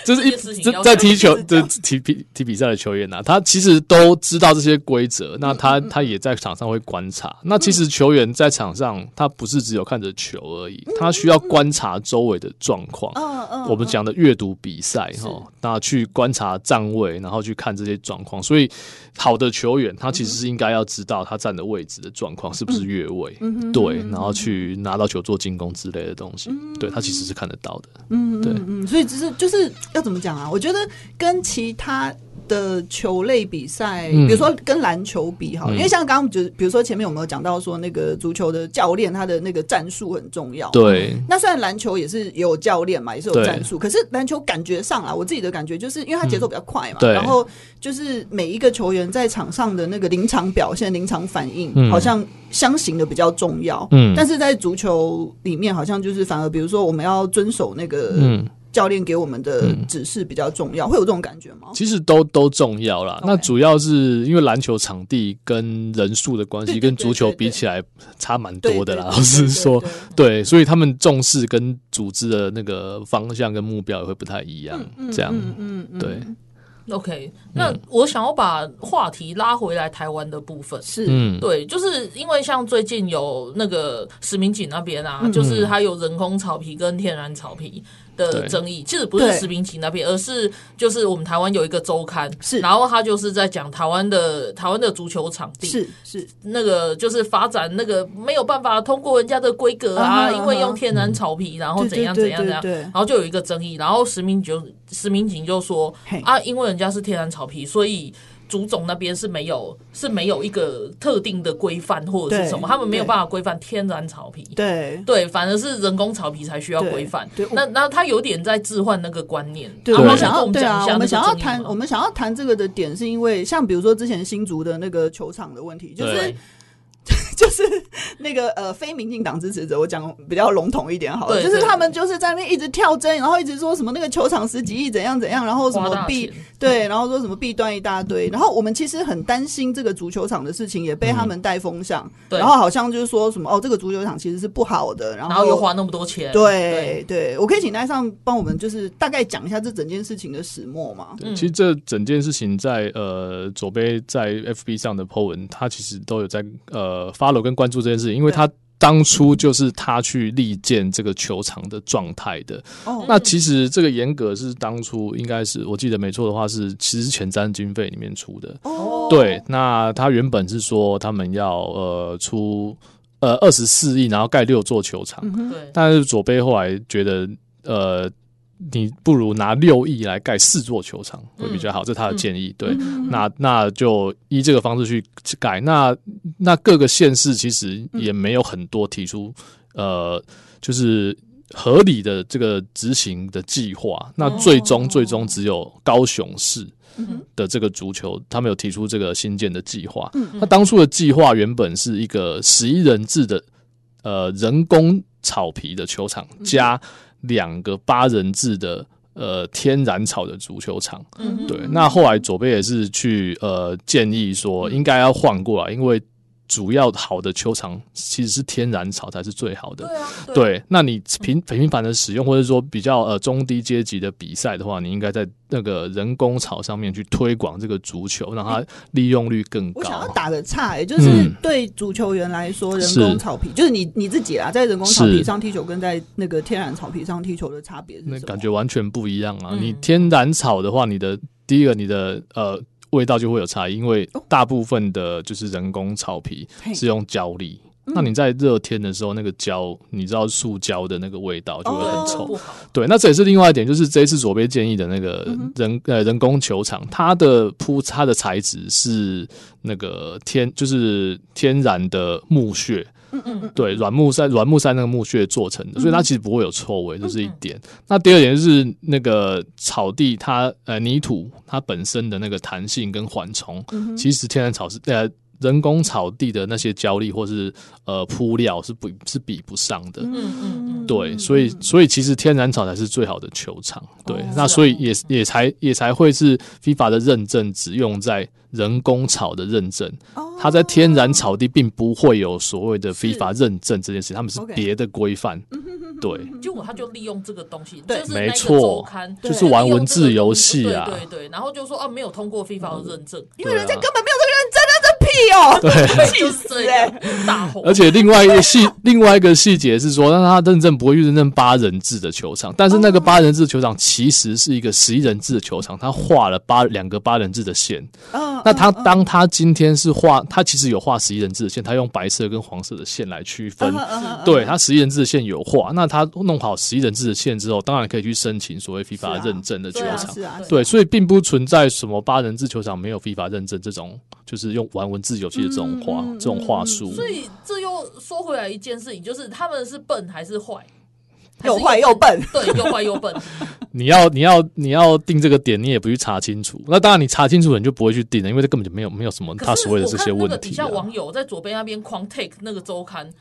Speaker 3: 就是
Speaker 1: 这件事
Speaker 3: 一
Speaker 1: 情
Speaker 3: 这
Speaker 1: 要
Speaker 3: 在
Speaker 1: 讲
Speaker 3: 踢球
Speaker 2: 就是这
Speaker 3: 这
Speaker 2: 样
Speaker 3: 踢比踢比赛的球员呐、他其实都知道这些规则，
Speaker 2: 嗯
Speaker 3: 那他他也在场上会观察。那其实球员在场上，他不是只有看着球而已，他需要观察周围的状况。
Speaker 2: 嗯嗯，
Speaker 3: 我们讲的阅读比赛
Speaker 2: 是
Speaker 3: 哈，那去观察站位，然后去看这些状况。所以，好的球员他
Speaker 2: 嗯
Speaker 3: 其实是应该要知道他站的位置的状况是不是越位，
Speaker 2: 嗯
Speaker 3: 对，然后去拿到球做进攻之类的东西，
Speaker 2: 嗯
Speaker 3: 对他其实是看得到的。
Speaker 2: 嗯，嗯
Speaker 3: 对
Speaker 2: 嗯嗯，所以只是就是要怎么讲啊？我觉得跟其他。的球类比赛，
Speaker 3: 嗯
Speaker 2: 比如说跟篮球比哈，
Speaker 3: 嗯
Speaker 2: 因为像刚刚我们就是，比如说前面我们有讲到说那个足球的教练他的那个战术很重要，
Speaker 3: 对，
Speaker 2: 那虽然篮球也是有教练嘛，也是有
Speaker 3: 对
Speaker 2: 战术，可是篮球感觉上啦，啊我自己的感觉就是，因为它节奏比较快嘛，
Speaker 3: 嗯对
Speaker 2: 然后就是每一个球员在场上的那个临场表现、临场反应，
Speaker 3: 嗯
Speaker 2: 好像相形的比较重要。
Speaker 3: 嗯
Speaker 2: 但是在足球里面，好像就是反而，比如说我们要遵守那个
Speaker 3: 嗯。
Speaker 2: 教练给我们的
Speaker 3: 嗯
Speaker 2: 指示比较重要，会有这种感觉吗？
Speaker 3: 其实都都重要啦
Speaker 2: OK。
Speaker 3: 那主要是因为篮球场地跟人数的关
Speaker 2: 对
Speaker 3: 系，
Speaker 2: 对对
Speaker 3: 跟足球
Speaker 2: 对对
Speaker 3: 比起来差蛮
Speaker 2: 对
Speaker 3: 多的啦。
Speaker 2: 对
Speaker 3: 老
Speaker 2: 对
Speaker 3: 实
Speaker 2: 对
Speaker 3: 说
Speaker 2: 对，
Speaker 3: 对，所以他们重视跟组织的那个方向跟目标也会不太一样。这样，
Speaker 2: 嗯嗯，
Speaker 3: 对，
Speaker 1: OK，那我想要把话题拉回来台湾的部分。
Speaker 2: 是，
Speaker 3: 嗯，
Speaker 1: 对，就是因为像最近有那个石明井那边啊，就是它有人工草皮跟天然草皮的
Speaker 3: 对
Speaker 1: 争议，其实不是
Speaker 2: 对
Speaker 1: 石明井那边，而是就是我们台湾有一个周刊，
Speaker 2: 是
Speaker 1: 然后他就是在讲台湾的台湾的足球场地，
Speaker 2: 是是，
Speaker 1: 那个就是发展那个没有办法通过人家的规格
Speaker 2: 啊哈
Speaker 1: 啊，因为
Speaker 2: 啊
Speaker 1: 用
Speaker 2: 哈
Speaker 1: 天然草皮，然后
Speaker 2: 对
Speaker 1: 怎样怎
Speaker 2: 对对
Speaker 1: 样怎样，
Speaker 2: 对对
Speaker 1: 然后就有一个争议，然后石明就石明景就说
Speaker 2: 嘿
Speaker 1: 啊，因为人家是天然草皮，所以。足总那边是没有是没有一个特定的规范或者
Speaker 2: 对
Speaker 1: 是什么，他们没有
Speaker 2: 对
Speaker 1: 办法规范天然草皮，
Speaker 2: 对
Speaker 1: 对，反而是人工草皮才需要规范
Speaker 2: 对对。我
Speaker 1: 那那他有点在置换那个观念。
Speaker 2: 对，
Speaker 1: 啊
Speaker 2: 我们
Speaker 1: 老师
Speaker 2: 想
Speaker 1: 跟
Speaker 2: 要
Speaker 1: 我们
Speaker 2: 对
Speaker 1: 讲
Speaker 2: 啊
Speaker 1: 一，下
Speaker 2: 我们
Speaker 1: 那个
Speaker 2: 想要
Speaker 1: 争议
Speaker 2: 谈
Speaker 1: 吗
Speaker 2: 我们想要谈这个的点，是因为像比如说之前新竹的那个球场的问题，就是
Speaker 3: 对
Speaker 2: 就是那个呃非民进党支持者，我讲比较笼统一点好了，
Speaker 1: 对
Speaker 2: 就是
Speaker 1: 对
Speaker 2: 他们就是在那边一直跳针，然后一直说什么那个球场十几亿怎样怎样，然后什
Speaker 1: 花
Speaker 2: 么
Speaker 1: 大
Speaker 2: 弊
Speaker 1: 钱，
Speaker 2: 对，然后说什么弊端一大堆，然后我们其实很担心这个足球场的事情也被他们带风向，
Speaker 1: 对
Speaker 2: 然后好像就是说什么哦这个足球场其实是不好的，然
Speaker 1: 然后又花那么多钱，
Speaker 2: 对对，我可以请戴上帮我们，就是大概讲一下这整件事情的始末吗？
Speaker 3: 对其实这整件事情在呃左贝在 FB 上的 po 文，他其实都有在呃 follow 跟关注这件事情，因为
Speaker 2: 对
Speaker 3: 他当初就是他去力荐这个球场的状态的。
Speaker 2: 哦
Speaker 3: 那其实这个严格是当初应该是我记得没错的话是，其实前瞻经费里面出的。
Speaker 2: 哦
Speaker 3: 对，那他原本是说他们要呃出呃二十四亿，然后盖六座球场，
Speaker 1: 对，
Speaker 3: 但是左贝后来觉得呃。你不如拿六亿来盖四座球场会比较好，这是他的建议。对，那那就依这个方式去去盖。那那各个县市其实也没有很多提出、呃，就是合理的这个执行的计划。那最终最终只有高雄市，的这个足球，他们有提出这个新建的计划。他当初的计划原本是一个十一人制的呃人工草皮的球场，加两个八人制的呃天然草的足球场。
Speaker 1: 嗯哼
Speaker 3: 对，那后来左贝也是去呃建议说应该要换过来，因为主要好的球场其实是天然草才是最好的。
Speaker 1: 对啊，对
Speaker 3: 对，那你频频繁的使用，或者说比较呃中低阶级的比赛的话，你应该在那个人工草上面去推广这个足球，让它利用率更
Speaker 2: 我想要
Speaker 3: 高。
Speaker 2: 打的差、欸，就是
Speaker 3: 嗯
Speaker 2: 对足球员来说，人
Speaker 3: 是
Speaker 2: 工草皮就是你你自己啦，在人工草
Speaker 3: 是
Speaker 2: 皮上踢球跟在那个天然草皮上踢球的差别是什么？
Speaker 3: 那感觉完全不一样啊！
Speaker 1: 嗯
Speaker 3: 你天然草的话，你的第一个你的呃味道就会有差异，因为大部分的就是人工草皮
Speaker 2: 哦嘿嗯
Speaker 3: 是用胶粒。那你在热天的时候，那个胶，你知道塑胶的那个味道就会
Speaker 2: 哦
Speaker 3: 很
Speaker 1: 真的
Speaker 3: 臭，
Speaker 1: 不好，
Speaker 3: 对，那这也是另外一点，就是这一次左边建议的那个
Speaker 2: 嗯
Speaker 3: 人、呃人工球场，它的铺它的材质是那个天就是天然的木屑。
Speaker 2: 嗯嗯嗯，
Speaker 3: 对，软木塞、软木塞那个木屑做成的，所以它其实不会有臭味，这是
Speaker 2: 嗯
Speaker 3: 一点。那第二点就是那个草地它，呃泥土它本身的那个弹性跟缓冲，
Speaker 2: 嗯
Speaker 3: 其实天然草是呃人工草地的那些胶粒或是呃铺料是不是比不上的。
Speaker 1: 嗯嗯嗯，
Speaker 3: 对，所以所以其实天然草才是最好的球场，对，那所以也也才也才会是 FIFA 的认证只用在人工草的认证，它在天然草地并不会有所谓的 FIFA 认证这件事，他们是
Speaker 2: OK
Speaker 3: 别的规范，对，
Speaker 1: 结果他就利用这个东西，
Speaker 2: 对
Speaker 1: 就是那
Speaker 3: 没
Speaker 1: 个周
Speaker 3: 错
Speaker 1: 刊，
Speaker 3: 就是玩文字游戏
Speaker 1: 啊，
Speaker 3: 啊嗯
Speaker 1: 对对对，然后就说哦，没有通过 FIFA 的认证，
Speaker 2: 因为人家根本没有这个认真，那这屁哦、
Speaker 1: 就
Speaker 2: 气
Speaker 1: 是
Speaker 2: 死
Speaker 1: 这
Speaker 2: 哎、 <laughs>
Speaker 1: 样大红，
Speaker 3: <laughs> 而且另外一个细另外一个细节是说，让他认证不会去认证八人制的球场，但是那个八人制的球场其实是一个十一人制的球场，他画了八两个八人制的线，
Speaker 2: 嗯，
Speaker 3: 那他当他今天是画，他其实有画十一人制的线，他用白色跟黄色的线来区分。
Speaker 2: 啊
Speaker 3: 对他十一人制的线有画，那他弄好十一人制的线之后，当然可以去申请所谓
Speaker 2: 啊
Speaker 3: FIFA 认证的球
Speaker 2: 对啊
Speaker 3: 场
Speaker 2: 是。啊，是啊
Speaker 3: 对，所以并不存在什么八人制球场没有 FIFA 认证这种，就是用玩文字游戏的这种话、这种话术。
Speaker 1: 所以这又说回来一件事情，就是他们是笨还是坏？
Speaker 2: 又坏又笨，
Speaker 1: 对，又坏
Speaker 3: <laughs>
Speaker 1: 又笨，
Speaker 3: 你要你要你要定这个点，你也不去查清楚。那当然，你查清楚了你就不会去定了，因为这根本就没有没有什么
Speaker 1: 可
Speaker 3: 他
Speaker 1: 是
Speaker 3: 所谓的
Speaker 1: 我
Speaker 3: 这
Speaker 1: 看
Speaker 3: 些
Speaker 1: 那
Speaker 3: 问
Speaker 1: 个底
Speaker 3: 题、
Speaker 1: 下
Speaker 3: 啊。
Speaker 1: 网友在左边那边狂 take 那个周刊的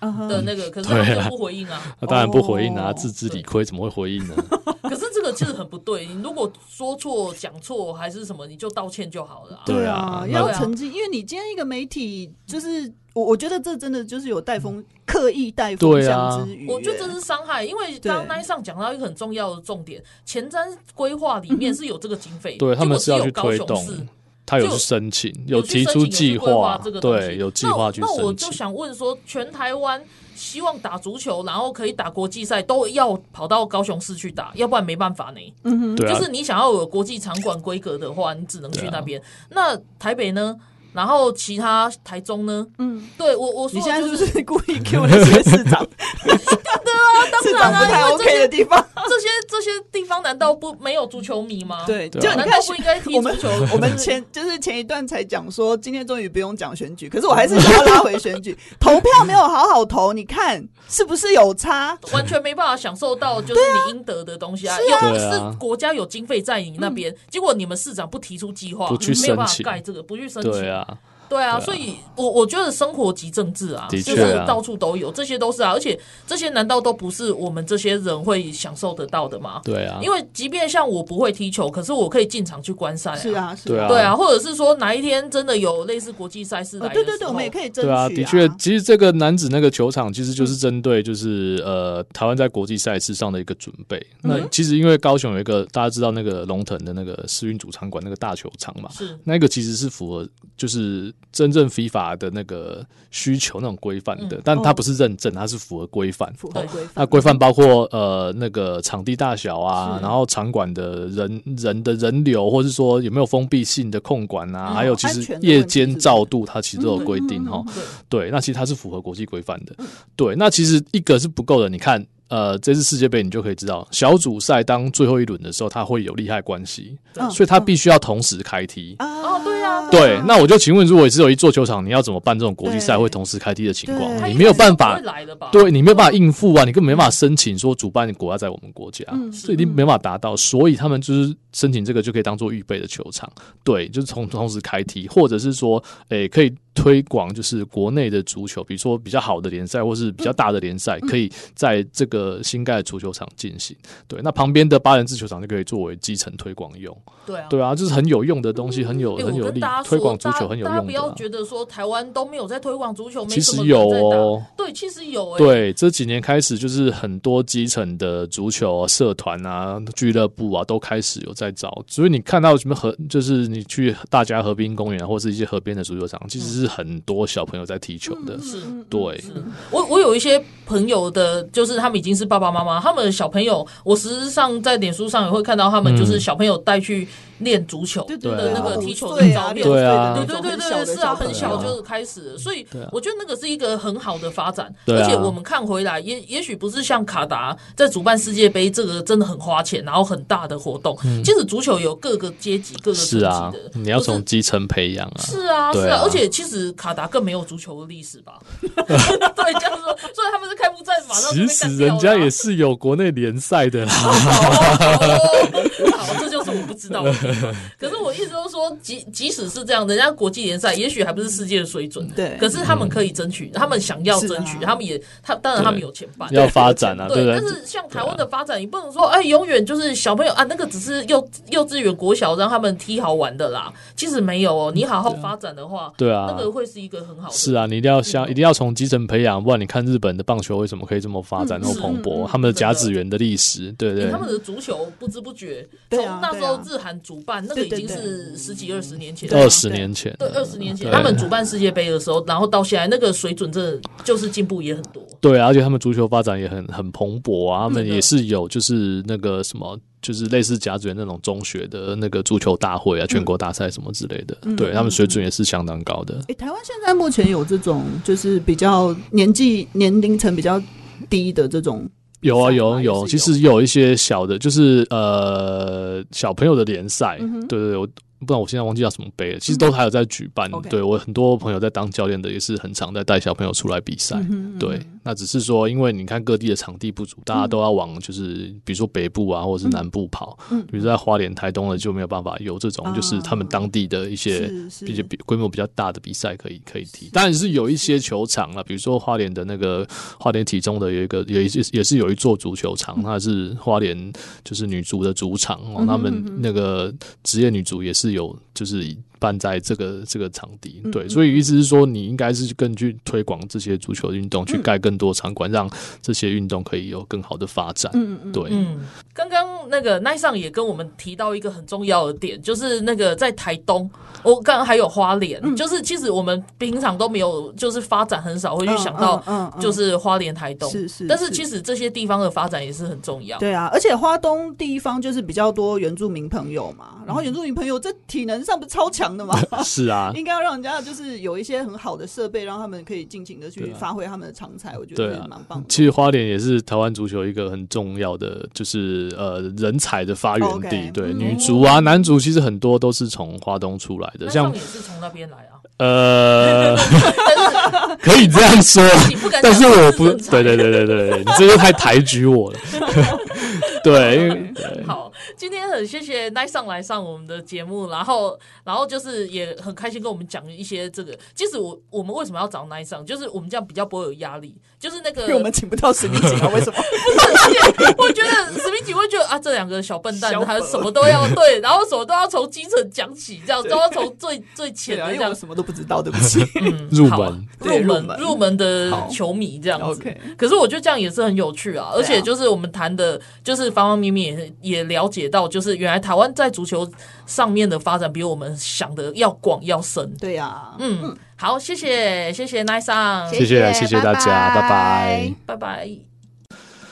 Speaker 1: 那
Speaker 2: 嗯
Speaker 1: 个，可是他
Speaker 3: 对
Speaker 1: 们
Speaker 3: 啊
Speaker 1: 就不回应啊。
Speaker 3: 那当然不回应啊，
Speaker 2: 哦
Speaker 3: 自知理亏怎么会回应
Speaker 1: <laughs>
Speaker 3: 呢？
Speaker 1: 可是这个其实很不对，你如果说错、讲错还是什么，你就道歉就好了啊。
Speaker 3: <laughs>
Speaker 2: <laughs>
Speaker 3: 对
Speaker 2: 啊
Speaker 3: 啊，
Speaker 2: 要
Speaker 1: 那
Speaker 2: 澄清，因为你今天一个媒体，就是我我觉得这真的就是有带风，刻意带风
Speaker 3: 对啊
Speaker 2: 向之语、
Speaker 1: 我觉得这
Speaker 2: 欸
Speaker 1: 是伤害，因为刚刚
Speaker 2: 对
Speaker 1: 那上讲到一个很重要的重点，前瞻规划里面是有这个经费，
Speaker 3: 对他们
Speaker 1: 结
Speaker 3: 是
Speaker 1: 果
Speaker 3: 要
Speaker 1: 只
Speaker 3: 去
Speaker 1: 有高
Speaker 3: 推
Speaker 1: 雄
Speaker 3: 动
Speaker 1: 市，
Speaker 3: 他有
Speaker 1: 就
Speaker 3: 去申请，
Speaker 1: 去
Speaker 3: 提
Speaker 1: 申
Speaker 3: 出
Speaker 1: 请
Speaker 3: 计
Speaker 1: 有去规划
Speaker 3: 划
Speaker 1: 这个，东西
Speaker 3: 对，有计划去
Speaker 1: 那我那我
Speaker 3: 申
Speaker 1: 就
Speaker 3: 请。
Speaker 1: 想问说，全台湾希望打足球，然后可以打国际赛，都要跑到高雄市去打，要不然没办法呢。
Speaker 3: 对啊
Speaker 1: 就，是你想要有国际场馆规格的话，你只能去
Speaker 3: 对啊
Speaker 1: 那边。那台北呢？然后其他台中呢？嗯，对我我说
Speaker 2: 你
Speaker 1: 的
Speaker 2: 现在
Speaker 1: 就是
Speaker 2: 不是故意 Q 那些市
Speaker 1: <laughs>
Speaker 2: 长？市
Speaker 1: 当
Speaker 2: 长
Speaker 1: 然
Speaker 2: 不太
Speaker 1: 啊，因为这
Speaker 2: OK
Speaker 1: 些
Speaker 2: 的地方？
Speaker 1: 这些这些地方难道不没有足球迷吗？
Speaker 2: 对，就
Speaker 3: 对啊
Speaker 2: 你
Speaker 1: 难
Speaker 2: 看
Speaker 1: 道不应该踢
Speaker 2: 我
Speaker 1: 足
Speaker 2: 们
Speaker 1: 球？
Speaker 2: 我们前就是前一段才讲说，今天终于不用讲选举，可是我还是想要拉回选举。投票没有好好投，你看是不是有差？
Speaker 1: 完全没办法享受到就是你应得的东西啊！又不
Speaker 3: 对啊
Speaker 1: 是国家有经费在你那
Speaker 2: 嗯
Speaker 1: 边，结果你们市长不提出计划，
Speaker 3: 不去
Speaker 1: 没有办法
Speaker 3: 申请
Speaker 1: 盖这个，不去申请，
Speaker 3: 对啊，
Speaker 1: 对啊，
Speaker 3: 对啊
Speaker 1: 所以我我觉得生活及政治啊，
Speaker 3: 的
Speaker 1: 就
Speaker 3: 确
Speaker 1: 是
Speaker 3: 啊
Speaker 1: 到处都有，这些都是啊，而且这些难道都不是我们这些人会享受得到的吗？
Speaker 3: 对啊，
Speaker 1: 因为即便像我不会踢球，可是我可以进场去观赛啊。
Speaker 2: 是啊，是
Speaker 3: 对啊
Speaker 1: 对啊，或者是说哪一天真的有类似国际赛事来
Speaker 2: 哦
Speaker 1: 的时
Speaker 2: 对
Speaker 1: 候，
Speaker 2: 对对，我们也可以争取、
Speaker 3: 对啊，的确，其实这个男子那个球场其实就是针对就是呃台湾在国际赛事上的一个准备。
Speaker 2: 嗯
Speaker 3: 那其实因为高雄有一个大家知道那个龙腾的那个世运主场馆那个大球场嘛，
Speaker 1: 是
Speaker 3: 那个其实是符合就是真正 FIFA 的那个需求那种规范
Speaker 2: 嗯
Speaker 3: 的，但
Speaker 2: 哦
Speaker 3: 它不是认证，它是符合规范。
Speaker 2: 符合规
Speaker 3: 那
Speaker 2: 范。
Speaker 3: 规范包括呃那个场地大小啊，然后场馆的人人的人流，或是说有没有封闭性的控管啊，还有其
Speaker 2: 哦安全
Speaker 3: 实
Speaker 2: 的
Speaker 3: 夜
Speaker 2: 问题是嗯
Speaker 3: 间
Speaker 2: 不是
Speaker 3: 照度，它其实都有规定哈。
Speaker 1: 对
Speaker 3: 对，那其实它是符合国际规范
Speaker 2: 嗯
Speaker 3: 的。对，那其实一个是不够的，你看。呃，这次世界杯你就可以知道，小组赛当最后一轮的时候，它会有利害关系，
Speaker 2: 嗯
Speaker 3: 所以它必须要同时开踢。
Speaker 1: 哦对啊
Speaker 3: 对，那我就请问，如果只有一座球场，你要怎么办这种国际赛
Speaker 2: 对
Speaker 3: 会同时开踢的情
Speaker 2: 对
Speaker 3: 况？你
Speaker 1: 他
Speaker 3: 没有
Speaker 1: 一开始
Speaker 3: 办
Speaker 1: 就
Speaker 3: 法
Speaker 1: 不会，来的吧？
Speaker 3: 对你没有办法应付啊，你根本没办法申请说主办国家在我们国家，
Speaker 1: 嗯
Speaker 3: 这一定没办法达到，所以他们就是申请这个就可以当做预备的球场，对，就是从同时开踢，或者是说，诶、可以推广，就是国内的足球，比如说比较好的联赛或是比较大的联
Speaker 1: 嗯
Speaker 3: 赛，可以在这个新盖的足球场进行。对，那旁边的八人制球场就可以作为基层推广用。
Speaker 1: 对啊，
Speaker 3: 对啊，就是很有用的东西，很有
Speaker 1: 哎
Speaker 3: 很
Speaker 1: 我
Speaker 3: 有
Speaker 1: 跟
Speaker 3: 力
Speaker 1: 大家，
Speaker 3: 推广足
Speaker 1: 说
Speaker 3: 球很有
Speaker 1: 大家
Speaker 3: 用
Speaker 1: 不
Speaker 3: 的
Speaker 1: 要
Speaker 3: 啊。
Speaker 1: 觉得说台湾都没有在推广足球，没
Speaker 3: 其
Speaker 1: 什
Speaker 3: 实
Speaker 1: 么人
Speaker 3: 有
Speaker 1: 在
Speaker 3: 哦
Speaker 1: 打。对，其实有、欸。，
Speaker 3: 对，这几年开始，就是很多基层的足球、社团啊、俱乐部啊，都开始有在找。所以你看到什么河，就是你去大家河滨公园啊或是一些河边的足球
Speaker 1: 嗯
Speaker 3: 场，其实是很多小朋友在踢球的。
Speaker 1: 是
Speaker 3: 对，
Speaker 1: 我我有一些朋友的，就是他们已经是爸爸妈妈，他们的小朋友，我实际上在脸书上也会看到他们
Speaker 3: 嗯
Speaker 1: 就是小朋友带去练足球。
Speaker 2: 对
Speaker 3: 对
Speaker 2: 对，
Speaker 3: 那个
Speaker 1: 踢球的
Speaker 2: 对
Speaker 1: 照
Speaker 2: 啊，
Speaker 1: 片
Speaker 3: 对啊
Speaker 1: 对对对对，是啊，很小就开始了，所以
Speaker 3: 啊
Speaker 1: 我觉得那个是一个很好的发展。
Speaker 3: 对
Speaker 1: 而
Speaker 3: 啊
Speaker 1: 且我们看回来，也也许不是像卡达在主办世界杯这个真的很花钱，然后很大的活动。其实足球有各个阶级、各个层级
Speaker 3: 嗯是啊
Speaker 1: 的，，
Speaker 3: 你要
Speaker 1: 不是
Speaker 3: 从基层培养啊。
Speaker 1: 是啊，是
Speaker 3: 对
Speaker 1: 啊
Speaker 3: 啊，
Speaker 1: 而且其实卡达更没有足球的历史
Speaker 3: <laughs>
Speaker 1: 吧？对，这样说，所以他们是开幕战马上就被
Speaker 3: 其
Speaker 1: 干
Speaker 3: 实
Speaker 1: 掉了
Speaker 3: 人
Speaker 1: 啊
Speaker 3: 家也是有国内联赛的啦。
Speaker 1: 哦好，这就是我不知道的地方。可是我一直都说，即即使是这样，人家国际联赛也许还不是世界的水准，
Speaker 2: 对
Speaker 1: 可是他们可以争取，他们想要争取，
Speaker 2: 是啊
Speaker 1: 他们也他当然他们有钱办。
Speaker 3: 要发展
Speaker 1: <laughs>
Speaker 3: 啊，
Speaker 1: 对，
Speaker 3: 不对
Speaker 1: 但？是像台湾的发展，你不能说哎，永远就是小朋友啊，那个只是幼幼稚园、国小让他们踢好玩的啦。其实没有哦，你好好发展的话，
Speaker 3: 啊对啊
Speaker 1: 那个会是一个很好的。
Speaker 3: 是啊，你一定要像，一定要从基层培养，不然你看日本的棒球为什么可以这么发
Speaker 1: 嗯
Speaker 3: 展、那么蓬勃？他们的甲子园的历史，对不
Speaker 1: 欸
Speaker 3: 对
Speaker 1: 他？们的足球不知不觉，从
Speaker 2: 对啊
Speaker 1: 那时候
Speaker 2: 对啊
Speaker 1: 日韩主办，那个
Speaker 2: 对
Speaker 1: 已
Speaker 2: 对
Speaker 1: 经
Speaker 2: 对
Speaker 1: 是十几二十年前了，
Speaker 3: 二十年前，
Speaker 1: 啊对，二十年前
Speaker 3: 哦对
Speaker 1: 他们主办世界杯的时候，然后到现在那个水准，真的就是进步也很多。
Speaker 3: 对啊，而且他们足球发展也很很蓬勃啊，他们也是有就是那个什么，就是类似甲子园那种中学的那个足球大会啊、全国大赛什么之类的，对他们水准也是相当高的。
Speaker 2: 诶，台湾现在目前有这种就是比较年纪年龄层比较低的这种，
Speaker 3: 有啊，
Speaker 2: 赛
Speaker 3: 有
Speaker 2: 嘛也
Speaker 3: 有，
Speaker 2: 是
Speaker 3: 其实有一些小的，就是呃小朋友的联赛，对对对，我不然我现在忘记叫什么杯了，其实都还有在举办。
Speaker 2: OK
Speaker 3: 对我很多朋友在当教练的，也是很常在带小朋友出来比
Speaker 2: 嗯
Speaker 3: 赛。对，那只是说，因为你看各地的场地不足，大家都要往就是比如说北部啊，或者是南部跑，比如说在花莲、台东的就没有办法有这种，就是他们当地的一些
Speaker 2: 是是
Speaker 3: 比较比规模比较大的比赛可以可以踢，当然是有一些球场了，比如说花莲的那个花莲体中的有一个有一也是有一座足球
Speaker 1: 嗯
Speaker 3: 场，那是花莲就是女足的主场哦，他
Speaker 1: 嗯
Speaker 3: 们那个职业女足也是有就是以办在这个这个场地，
Speaker 1: 嗯
Speaker 3: 对，所以意思是说你应该是更去推广这些足球运动，
Speaker 1: 嗯
Speaker 3: 去盖更多场馆，让这些运动可以有更好的发展，对，
Speaker 1: 嗯，刚刚那个奈尚也跟我们提到一个很重要的点，就是那个在台东，我刚刚还有花莲，
Speaker 2: 嗯
Speaker 1: 就是其实我们平常都没有，就是发展很少会去想到
Speaker 2: 嗯嗯嗯，嗯
Speaker 1: 就是花莲、台东，
Speaker 2: 是是
Speaker 1: 但是
Speaker 2: 是
Speaker 1: 其实这些地方的发展也是很重要。
Speaker 2: 对啊，而且花东地方就是比较多原住民朋友嘛，然后原住民朋友在体能上不是超强的嘛，
Speaker 1: <laughs>
Speaker 3: 是啊，
Speaker 2: <laughs> 应该要让人家就是有一些很好的设备，让他们可以尽情的去发挥他们的长才，我觉
Speaker 3: 啊对
Speaker 2: 得
Speaker 3: 啊
Speaker 2: 是蛮棒的。
Speaker 3: 其实花莲也是台湾足球一个很重要的，就是呃人才的发源地。
Speaker 2: OK，
Speaker 3: 对，
Speaker 2: 嗯
Speaker 3: 女足啊、男足其实很多都是从花东出来的，
Speaker 1: 奈
Speaker 3: 像
Speaker 1: 尚也是从那边来啊，
Speaker 3: 呃，
Speaker 1: 但
Speaker 3: <laughs> 可以这样说
Speaker 1: 你不敢讲，
Speaker 3: 但是我不，
Speaker 1: 自己人才
Speaker 3: 对对对对对，对你这个太抬举我了。 <laughs> 对，因为
Speaker 1: 是好，今天很谢谢奈尚来上我们的节目，然后然后就是也很开心跟我们讲一些这个，其实我我们为什么要找奈尚，就是我们这样比较不会有压力，就是那个
Speaker 2: 因为我们请不到史密斯
Speaker 3: <laughs>
Speaker 2: 啊，为什么？ <laughs>
Speaker 1: 我觉得史密奇会觉得啊，这两个小笨蛋
Speaker 2: 小，笨
Speaker 1: 他什么都要对，然后什么都要从基层讲起，这样都要从最最
Speaker 2: 对
Speaker 1: 浅
Speaker 2: 啊，
Speaker 1: 的这
Speaker 2: 因为
Speaker 1: 样
Speaker 2: 我什么都不知道，对不起。
Speaker 1: 嗯
Speaker 3: 入
Speaker 1: 好
Speaker 3: 门
Speaker 2: 对
Speaker 1: 入
Speaker 2: 入
Speaker 1: 门
Speaker 2: 门
Speaker 1: 入门的
Speaker 2: 好
Speaker 1: 球迷这样子
Speaker 2: OK。
Speaker 1: 可是我觉得这样也是很有趣啊，而
Speaker 2: 对
Speaker 1: 且
Speaker 2: 啊
Speaker 1: 就是我们谈的，就是方方面面也也了解到，就是原来台湾在足球上面的发展比我们想的要广要深。
Speaker 2: <laughs> 对啊呀，
Speaker 1: 嗯，好，谢谢谢谢奈桑，
Speaker 3: 啊谢谢谢谢大家，拜拜
Speaker 1: 拜拜。